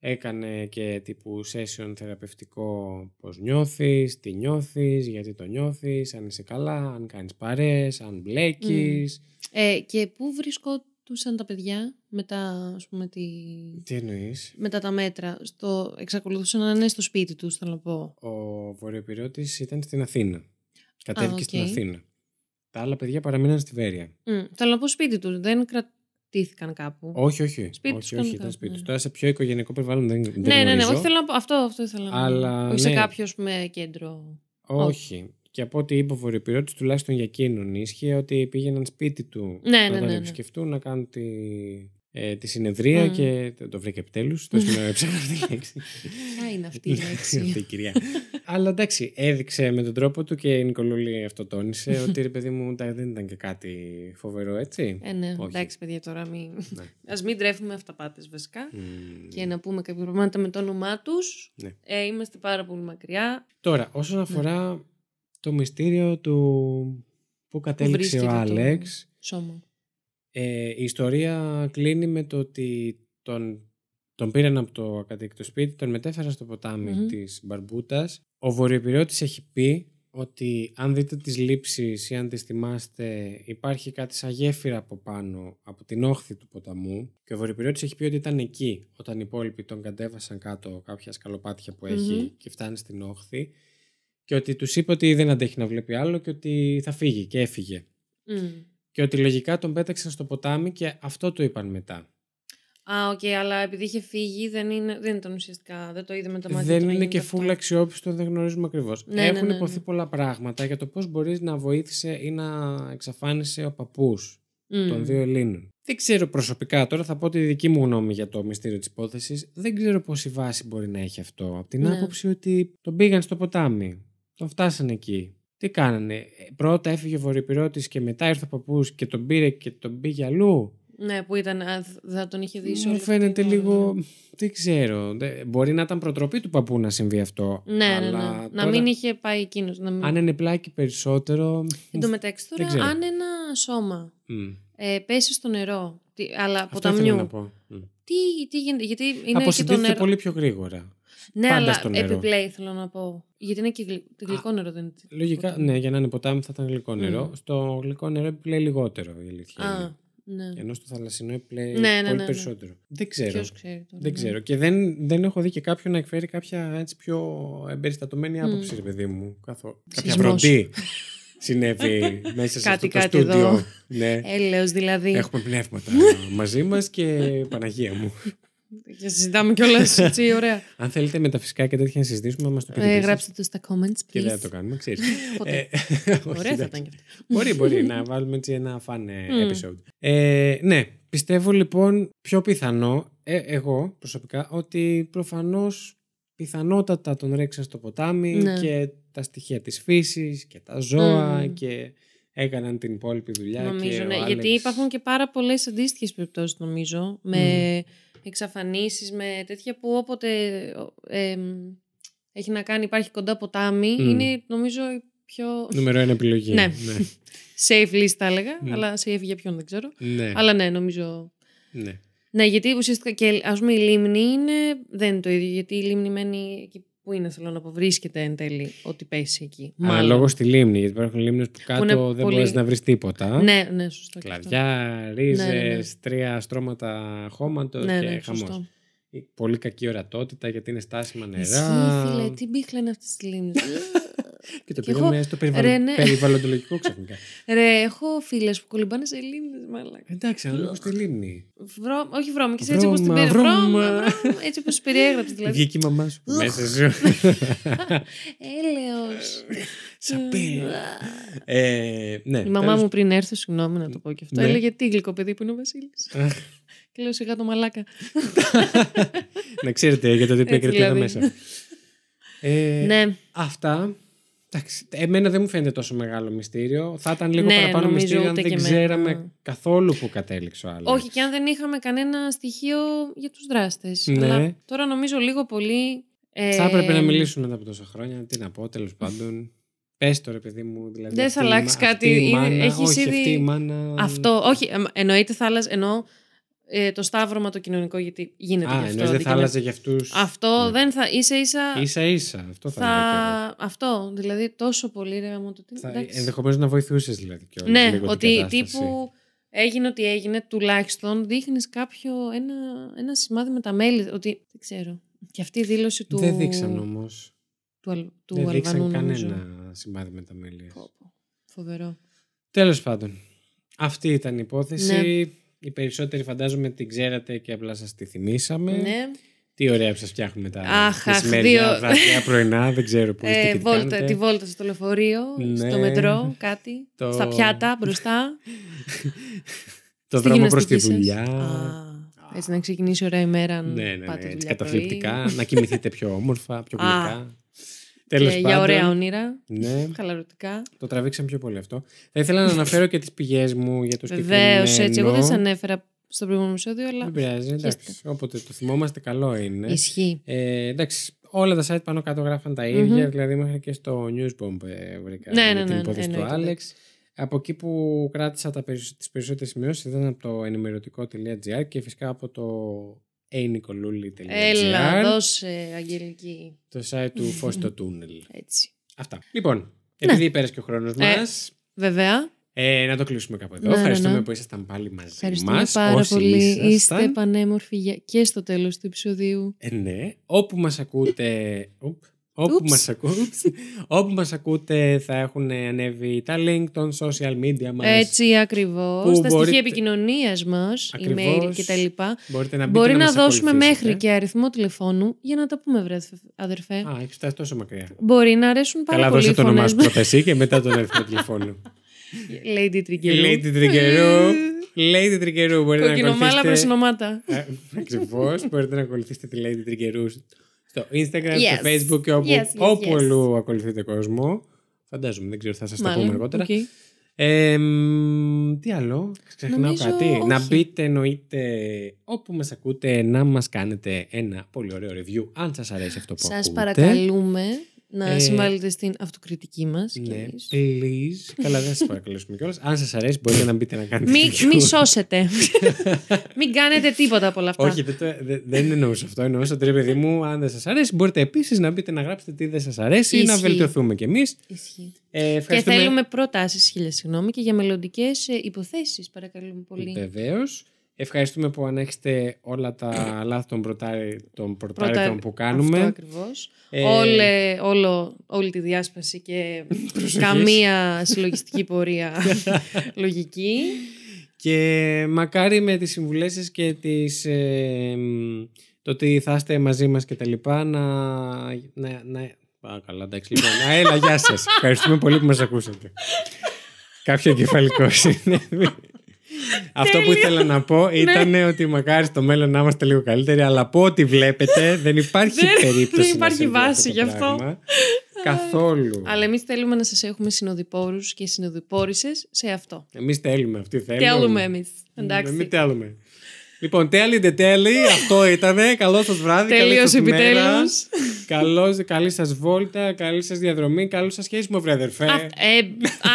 S2: Έκανε και τύπου session θεραπευτικό πώς νιώθεις, τι νιώθεις, γιατί το νιώθεις, αν είσαι καλά, αν κάνεις παρέες, αν μπλέκεις.
S1: Ε, και πού βρισκόντουσαν τα παιδιά μετά, ας πούμε, τη...
S2: Τι εννοείς.
S1: μετά τα μέτρα. Στο... Εξακολουθούσαν να είναι στο σπίτι τους, θέλω να πω.
S2: ο Βορειοπυριώτης ήταν στην Αθήνα. Κατέβηκε
S1: οκ.
S2: στην Αθήνα. Τα άλλα παιδιά παραμείναν στη Βέρεια.
S1: Μμ, θέλω να πω σπίτι τους. Δεν κρα... τύθηκαν κάπου.
S2: Όχι, όχι.
S1: Σπίτι τους
S2: όχι, όχι, ήταν
S1: κανονικά,
S2: σπίτι
S1: ναι.
S2: τους. Τώρα σε πιο οικογενεικό περιβάλλον δεν, δεν
S1: ναι, ναι, ναι,
S2: γνωρίζω.
S1: όχι, θέλω να πω, αυτό, αυτό ήθελα να
S2: Αλλά,
S1: πω. Όχι σε
S2: ναι.
S1: κάποιο με κέντρο.
S2: Όχι. Και από ό,τι είπε ο Βορειοπυριώτης, τουλάχιστον για εκείνον ίσχυε ότι πήγαιναν σπίτι του
S1: Ναι, ναι,
S2: να τον
S1: ναι, ναι.
S2: επισκεφτούν, να κάνουν τη, ε, τη συνεδρία
S1: Μμμ.
S2: και το- το βρήκα επιτέλους. Το σημείο έψαχνα αυτή τη λέξη. Ναι,
S1: Ποια Ναι. είναι αυτή η
S2: Αυτή
S1: λέξη.
S2: η κυρία. Αλλά εντάξει, έδειξε με τον τρόπο του και η Νικολούλη αυτό τόνισε ότι ρε παιδί μου τα- δεν ήταν και κάτι φοβερό, έτσι.
S1: ε, ναι,
S2: Όχι.
S1: εντάξει, παιδιά, τώρα μην...
S2: Ναι.
S1: Ας μην τρέφουμε αυταπάτες βασικά.
S2: Μμμ.
S1: Ε, Και να πούμε κάποια πράγματα με το όνομά τους.
S2: Ναι.
S1: Ε, είμαστε πάρα πολύ μακριά.
S2: Τώρα,
S1: Ναι.
S2: όσον αφορά το μυστήριο του που κατέληξε ο
S1: βρίσκεται το-
S2: Άλεξ.
S1: Σώμα.
S2: Ε, η ιστορία κλείνει με το ότι τον, τον πήραν από το ακατοίκητο σπίτι, τον μετέφεραν στο ποταμι
S1: Μμμ.
S2: της Μπαρμπούτας. Ο Βορειοπυριώτης έχει πει ότι αν δείτε τις λήψεις ή αν τις θυμάστε υπάρχει κάτι σαν γέφυρα από πάνω από την όχθη του ποταμού και ο Βορειοπυριώτης έχει πει ότι ήταν εκεί όταν οι υπόλοιποι τον κατέβασαν κάτω κάποια σκαλοπάτια που εχει
S1: Μμμ.
S2: και φτάνει στην όχθη και ότι τους είπε ότι δεν αντέχει να βλέπει άλλο και ότι θα φύγει και έφυγε.
S1: Μμ.
S2: Και ότι λογικά τον πέταξαν στο ποτάμι και αυτό του είπαν μετά.
S1: Α, οκ, αλλά επειδή είχε φύγει δεν, είναι, δεν ήταν ουσιαστικά. Δεν το είδε με τα μάτια του
S2: δεν
S1: να
S2: είναι
S1: γίνεται
S2: και
S1: αυτό.
S2: φούλα αξιόπιστο, δεν γνωρίζουμε ακριβώς.
S1: Ναι, ναι,
S2: Έχουν
S1: ναι, ναι.
S2: υποθεί πολλά πράγματα για το πώς μπορείς να βοήθησε ή να εξαφάνισε ο παππούς
S1: Μμ.
S2: των δύο Ελλήνων. Δεν ξέρω προσωπικά, τώρα θα πω τη δική μου γνώμη για το μυστήριο της υπόθεσης. Δεν ξέρω πόση βάση μπορεί να έχει αυτό. Από την
S1: Ναι.
S2: άποψη ότι τον πήγαν στο ποτάμι, τον φτάσανε εκεί. Τι κάνανε, ε, πρώτα έφυγε ο Βορειοπυρώτης και μετά ήρθε ο παππούς και τον πήρε και τον πήγε αλλού.
S1: Ναι, που ήταν. α, θ- θα τον είχε δει σε
S2: Μου
S1: όλη αυτή
S2: φαίνεται
S1: την ναι.
S2: λίγο.
S1: ώρα.
S2: Δεν ξέρω. Δε- Μπορεί να ήταν προτροπή του παππού να συμβεί αυτό.
S1: Ναι, ναι, ναι.
S2: αλλά
S1: Να
S2: τώρα,
S1: μην είχε πάει εκείνος. Να μην...
S2: Αν είναι πλάκι περισσότερο.
S1: Εν τω μεταξύ τώρα,
S2: ξέρω.
S1: αν ένα σώμα
S2: μ,
S1: ε, πέσει στο νερό, τι- αλλά
S2: Αυτό ήθελα να
S1: ποταμιού.
S2: πω. Μ.
S1: Τι, τι γίνεται, γιατί είναι και το
S2: Αποσυντήθηται
S1: νερό.
S2: πολύ πιο γρήγορα.
S1: ναι,
S2: πάντα
S1: αλλά
S2: στο νερό.
S1: επιπλέει θέλω να πω. Γιατί είναι και γλυ... γλυκό νερό, δεν είναι.
S2: Λογικά,
S1: ποταμι.
S2: ναι, για να είναι ποτάμι θα ήταν γλυκό
S1: Μμ.
S2: νερό. Στο γλυκό νερό επιπλέει λιγότερο η αλήθεια.
S1: Α,
S2: είναι.
S1: ναι.
S2: Ενώ στο θαλασσινό επιπλέει
S1: Ναι, ναι,
S2: πολύ
S1: ναι, ναι.
S2: περισσότερο. Δεν ξέρω.
S1: Ποιος ξέρει τώρα.
S2: Δεν
S1: ναι.
S2: ξέρω. Και δεν, δεν έχω δει και κάποιον να εκφέρει κάποια έτσι πιο εμπεριστατωμένη
S1: Μμμ.
S2: άποψη, ρε παιδί μου. Καθο... Κάποια
S1: Σεισμός.
S2: βροντή συνέβη μέσα σε
S1: Κάτι,
S2: αυτό το
S1: κάτι
S2: στούντιο.
S1: εδώ.
S2: Ναι.
S1: Έλεος δηλαδή.
S2: Έχουμε πνεύματα
S1: Ναι.
S2: μαζί μας και Παναγία μου.
S1: Και συζητάμε κιόλας έτσι, ωραία.
S2: Αν θέλετε μεταφυσικά και τέτοια να συζητήσουμε, να μας το πείτε.
S1: ε,
S2: εσείς.
S1: γράψτε το στα comments, please.
S2: Και δεν θα το κάνουμε, ξέρεις.
S1: Ποτέ.
S2: Ε, όχι,
S1: Ωραία θα
S2: εντάξει.
S1: ήταν κι αυτό.
S2: Μπορεί, μπορεί να βάλουμε έτσι ένα fan ε,
S1: Μμμ.
S2: episode. Ε, ναι, πιστεύω λοιπόν πιο πιθανό, ε, εγώ προσωπικά, ότι προφανώς πιθανότατα τον ρέξαν στο ποτάμι
S1: Ναι.
S2: και τα στοιχεία της φύσης και τα ζώα
S1: Μμμ.
S2: και έκαναν την υπόλοιπη δουλειά. και
S1: Νομίζω,
S2: ο
S1: ναι.
S2: Άλεξ-
S1: Γιατί υπάρχουν και πάρα πολλές αντίστοιχες περιπτώσεις, νομίζω. Με εξαφανίσεις, με τέτοια που όποτε ε, εμ, έχει να κάνει, υπάρχει κοντά ποτάμι.
S2: Μμ.
S1: Είναι, νομίζω, η πιο
S2: Νούμερο ένα επιλογή.
S1: Ναι.
S2: ναι.
S1: safe list, θα έλεγα.
S2: Μμ.
S1: Αλλά safe για ποιον δεν ξέρω.
S2: ναι.
S1: Αλλά ναι, νομίζω.
S2: ναι.
S1: Ναι, γιατί ουσιαστικά και ας πούμε η λίμνη είναι, δεν είναι το ίδιο. Γιατί η λίμνη μένει εκεί που είναι, θέλω να πω, βρίσκεται εν τέλει ότι πέσει εκεί.
S2: Αναλόγως στη λίμνη, γιατί υπάρχουν λίμνες που κάτω
S1: είναι
S2: δεν
S1: πολύ-
S2: μπορείς να βρεις τίποτα.
S1: Ναι, ναι, σωστό. και αυτό.
S2: Κλαδιά, ρίζες,
S1: Ναι, ναι, ναι.
S2: τρία στρώματα χώματος
S1: Ναι,
S2: και
S1: ναι,
S2: χαμός. Ε,
S1: σωστό.
S2: Πολύ κακή ορατότητα γιατί είναι στάσιμα νερά.
S1: Εσύ, φίλε, τι μπίχλα είναι αυτή τη λίμνη.
S2: Και το
S1: κι
S2: πήγαμε στο περιβαλλον-
S1: ρε, ναι.
S2: περιβαλλοντολογικό ξαφνικά.
S1: Ρε, έχω φίλες που κολυμπάνε σε λίμνε, μαλάκα.
S2: Εντάξει, ανάλογα στη λίμνη.
S1: Βρω... Όχι βρώμικε, έτσι όπως την
S2: Βρώμα,
S1: περι-
S2: βρώμα.
S1: Βρώμα, βρώμα, έτσι όπως περιέγραψες. Δηλαδή. Ε,
S2: Βγήκε η μαμά σου
S1: Ουχ.
S2: μέσα σου.
S1: Έλεος.
S2: Ε, Σαπί. Ε, ναι,
S1: Η μαμά
S2: τέλος-
S1: μου πριν έρθω, συγγνώμη να το πω και αυτό,
S2: Ναι.
S1: έλεγε τι γλυκό παιδί που είναι ο Βασίλης. και λέω σιγά το μαλάκα.
S2: Να ξέρετε για το ότι
S1: Έτσι,
S2: επικρατεί εδώ
S1: δηλαδή.
S2: μέσα. Ε,
S1: ναι,
S2: Αυτά. Εντάξει, εμένα δεν μου φαίνεται τόσο μεγάλο μυστήριο. Θα ήταν λίγο
S1: Ναι,
S2: παραπάνω
S1: νομίζω
S2: μυστήριο αν
S1: ούτε
S2: δεν
S1: και
S2: ξέραμε
S1: εμένα.
S2: καθόλου που κατέληξε ο άλλο.
S1: όχι και αν δεν είχαμε κανένα στοιχείο για τους δράστες.
S2: Ναι.
S1: Αλλά τώρα νομίζω λίγο πολύ. ε,
S2: Θα έπρεπε να μιλήσουμε μετά από τόσα χρόνια. Τι να πω, τέλος πάντων. Πες το ρε παιδί μου. Δηλαδή,
S1: Δεν
S2: αυτή
S1: θα
S2: η
S1: αλλάξει
S2: μα-
S1: κάτι,
S2: αυτή η
S1: είναι-
S2: μάνα-
S1: έχεις
S2: όχι,
S1: ήδη-
S2: αυτή η μάνα.
S1: Αυτό, όχι, εμ, εννοείται θα άλλαζε, εννοώ ε, το σταύρωμα το κοινωνικό, γιατί γίνεται
S2: Α,
S1: και αυτό.
S2: εννοείς δεν θα
S1: αντικειμενικά.
S2: άλλαζε για αυτούς.
S1: Αυτό
S2: Ναι.
S1: δεν θα, ίσα ίσα
S2: σα ίσα. Αυτό θα. έλεγα
S1: θα... Αυτό, δηλαδή τόσο πολύ ρε γαμώτο, τι-
S2: κι εγώ.
S1: εντάξει.
S2: Θα... Ενδεχομένως να βοηθούσες δηλαδή και
S1: Ναι, ότι τύπου έγινε ότι έγινε, τουλάχιστον δείχνεις κάποιο ένα, ένα σημάδι με τα μέλη. Ότι δεν ξέρω. Και αυτή η δήλωση του.
S2: Δεν δείξαν όμως.
S1: Του, Αλ- του
S2: Δεν
S1: Αλβανού,
S2: δείξαν
S1: νομίζω.
S2: κανένα σημάδι μεταμέλεια.
S1: Πω, πω. Φοβερό. Ναι.
S2: Τέλος πάντων. Αυτή ήταν η υπόθεση. Οι περισσότεροι φαντάζομαι την ξέρατε και απλά σας τη θυμήσαμε.
S1: Ναι.
S2: Τι ωραία που σας φτιάχνουμε τα
S1: Αχ, αχ,
S2: μεσημέρια,
S1: δύο-
S2: βραδιά, πρωινά, δεν ξέρω πού είστε
S1: Ε,
S2: και τι
S1: βόλτα,
S2: κάνετε.
S1: τη βόλτα στο λεωφορείο,
S2: Ναι.
S1: στο μετρό, κάτι.
S2: Το-
S1: Στα πιάτα, μπροστά.
S2: Το
S1: στη
S2: δρόμο προς τη
S1: γυμναστική σας.
S2: δουλειά.
S1: Α, έτσι να ξεκινήσει ωραία ημέρα. αν
S2: Ναι, ναι, ναι,
S1: πάτε
S2: έτσι
S1: δουλειά πρωί.
S2: καταθλιπτικά. να κοιμηθείτε πιο όμορφα, πιο
S1: Α.
S2: γλυκά.
S1: Και
S2: Τέλος πάντων.
S1: για ωραία όνειρα.
S2: Ναι,
S1: Χαλαρωτικά.
S2: το τραβήξαμε πιο πολύ αυτό. Θα ήθελα να αναφέρω και τις πηγές μου για το
S1: Βεβαίως,
S2: συγκεκριμένο.
S1: έτσι. Εγώ δεν σα ανέφερα στο προηγούμενο επεισόδιο, αλλά.
S2: Δεν πειράζει, εντάξει. Όποτε το θυμόμαστε, καλό είναι.
S1: Ισχύει.
S2: Ε, εντάξει, όλα τα site πάνω κάτω γράφαν τα ίδια, δηλαδή μέχρι και στο Newsbomb ε, βρήκα
S1: Ναι,
S2: με
S1: ναι,
S2: την
S1: ναι,
S2: υπόθεση του
S1: εννοείται,
S2: Άλεξ. Από εκεί που κράτησα τα περισ... τις περισσότερες σημειώσεις ήταν από το ενημερωτικό.gr και φυσικά από το enicoluli.gr
S1: Έλα, δώσε, Αγγελική.
S2: το site του Φως στο Τούνελ.
S1: Έτσι.
S2: Αυτά. Λοιπόν, επειδή πέρασε και ο χρόνος
S1: Ναι. Ε.
S2: μας,
S1: Βέβαια.
S2: ε, να το κλείσουμε κάπου εδώ.
S1: Ναι, ναι,
S2: Ευχαριστούμε
S1: ναι.
S2: που ήσασταν πάλι μαζί
S1: Ευχαριστούμε
S2: μας.
S1: πάρα
S2: όσοι
S1: πολύ.
S2: ήσασταν.
S1: Είστε πανέμορφοι για- και στο τέλος του επεισοδίου.
S2: Ε, ναι. Όπου μας ακούτε... Ουπ. Όπου
S1: Ούψ.
S2: μας, ακού... όπου μας ακούτε θα έχουν ανέβει τα link των social media μας.
S1: Έτσι ακριβώς. Τα
S2: Που μπορείτε-
S1: στοιχεία επικοινωνίας μας, email
S2: Ακριβώς.
S1: κτλ.
S2: Μπορείτε να μπείτε
S1: Μπορεί
S2: να,
S1: να,
S2: μας
S1: δώσουμε
S2: ακολουθήσετε.
S1: μέχρι και αριθμό τηλεφώνου για να τα πούμε, βρε, αδερφέ.
S2: Α, έχεις φτάσει τόσο μακριά.
S1: Μπορεί να αρέσουν πάρα
S2: Καλά
S1: πολύ
S2: δώσε
S1: οι
S2: το όνομά
S1: φωνές
S2: σου
S1: μας.
S2: πρώτα εσύ και μετά τον αριθμό τηλεφώνου.
S1: Lady Τριγκερού.
S2: Lady Τρικερού. Lady Τρικερού μπορείτε να
S1: Κοκκινομάλα
S2: ακολουθήσετε.
S1: προσινομάτα.
S2: Ακριβώς. Μπορείτε να ακολουθήσετε τη Lady Τρικερού στο Instagram,
S1: Yes.
S2: στο Facebook και όπου,
S1: Yes, yes,
S2: όπου
S1: yes.
S2: αλλού ακολουθείτε κόσμο. Φαντάζομαι, δεν ξέρω, θα σας τα πούμε αργότερα.
S1: οκ.
S2: Ε, μ, τι άλλο, ξεχνάω
S1: Νομίζω
S2: κάτι.
S1: όχι.
S2: Να μπείτε εννοείται όπου μας ακούτε να μας κάνετε ένα πολύ ωραίο review αν σας αρέσει αυτό που
S1: Σας
S2: ακούτε.
S1: παρακαλούμε να
S2: Ε,
S1: συμβάλλετε στην αυτοκριτική μας. κι
S2: Ναι,
S1: εμείς.
S2: please. Καλά, δεν σας παρακαλέσουμε κιόλας. Αν σας αρέσει μπορείτε να μπείτε να κάνετε
S1: Μη,
S2: review.
S1: μη σώσετε. μην κάνετε τίποτα από όλα αυτά.
S2: Όχι, δεν, το, δε- δεν εννοούσα αυτό. Εννοούσα ότι ρε παιδί μου, αν δεν σας αρέσει, μπορείτε επίσης να μπείτε να γράψετε τι δεν σας αρέσει ή να
S1: Ισχύει.
S2: βελτιωθούμε κι εμείς.
S1: Ισχύει.
S2: Ε,
S1: Και
S2: ευχαριστούμε.
S1: θέλουμε προτάσεις, χίλια συγγνώμη, και για μελλοντικές
S2: ε,
S1: υποθέσεις, παρακαλούμε πολύ.
S2: Βεβαίως. Ευχαριστούμε που ανέχετε όλα τα λάθη των, προτάρι, των προτάριτων
S1: Προτάρι-
S2: που
S1: Αυτό
S2: κάνουμε.
S1: ακριβώς.
S2: Ε,
S1: Όλε, όλο, όλη τη διάσπαση και καμία συλλογιστική πορεία λογική.
S2: Και μακάρι με τις συμβουλές σας και τις, ε, μ, το ότι θα είστε μαζί μας και τα λοιπά να... να, να Α, καλά, εντάξει, λοιπόν. Α, έλα, γεια σας. Ευχαριστούμε πολύ που μας ακούσατε. Κάποιο εγκεφαλικό συνέβη. Αυτό που
S1: Τέλειο. Ναι.
S2: ήθελα να πω ήταν ότι μακάρι στο μέλλον να είμαστε λίγο καλύτεροι, αλλά από ό,τι βλέπετε δεν υπάρχει
S1: Δεν-
S2: περίπτωση.
S1: δεν
S2: να
S1: υπάρχει
S2: συμβεί
S1: βάση
S2: το
S1: γι' αυτό.
S2: πράγμα. Καθόλου.
S1: Αλλά εμείς θέλουμε να σα έχουμε συνοδοιπόρους και συνοδοιπόρησες σε αυτό.
S2: Εμείς θέλουμε, αυτοί θέλουν.
S1: Θέλουμε εμεί. Εντάξει.
S2: Μην τέλουμε. Λοιπόν, τέλει ντε τέλει. Αυτό ήταν. Καλό σας βράδυ. καλή σας
S1: Τελείωσε
S2: μέρα.
S1: επιτέλους.
S2: Καλώς- καλή σας βόλτα, καλή σας διαδρομή, καλό σα χέσιμο, βρε αδερφέ.
S1: Ε,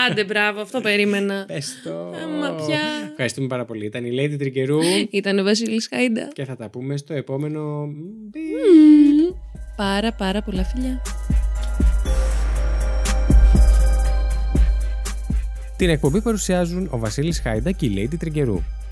S1: άντε, μπράβο, αυτό περίμενα.
S2: Πες το.
S1: Άμα πια.
S2: Ευχαριστούμε πάρα πολύ. Ήταν η Lady Τρικερού
S1: Ήταν ο Βασίλης Χάιντα.
S2: και θα τα πούμε στο επόμενο.
S1: Μμμ. Πάρα πάρα πολλά φιλιά.
S2: Την εκπομπή παρουσιάζουν ο Βασίλης Χάιντα και η Lady Τριγκερού.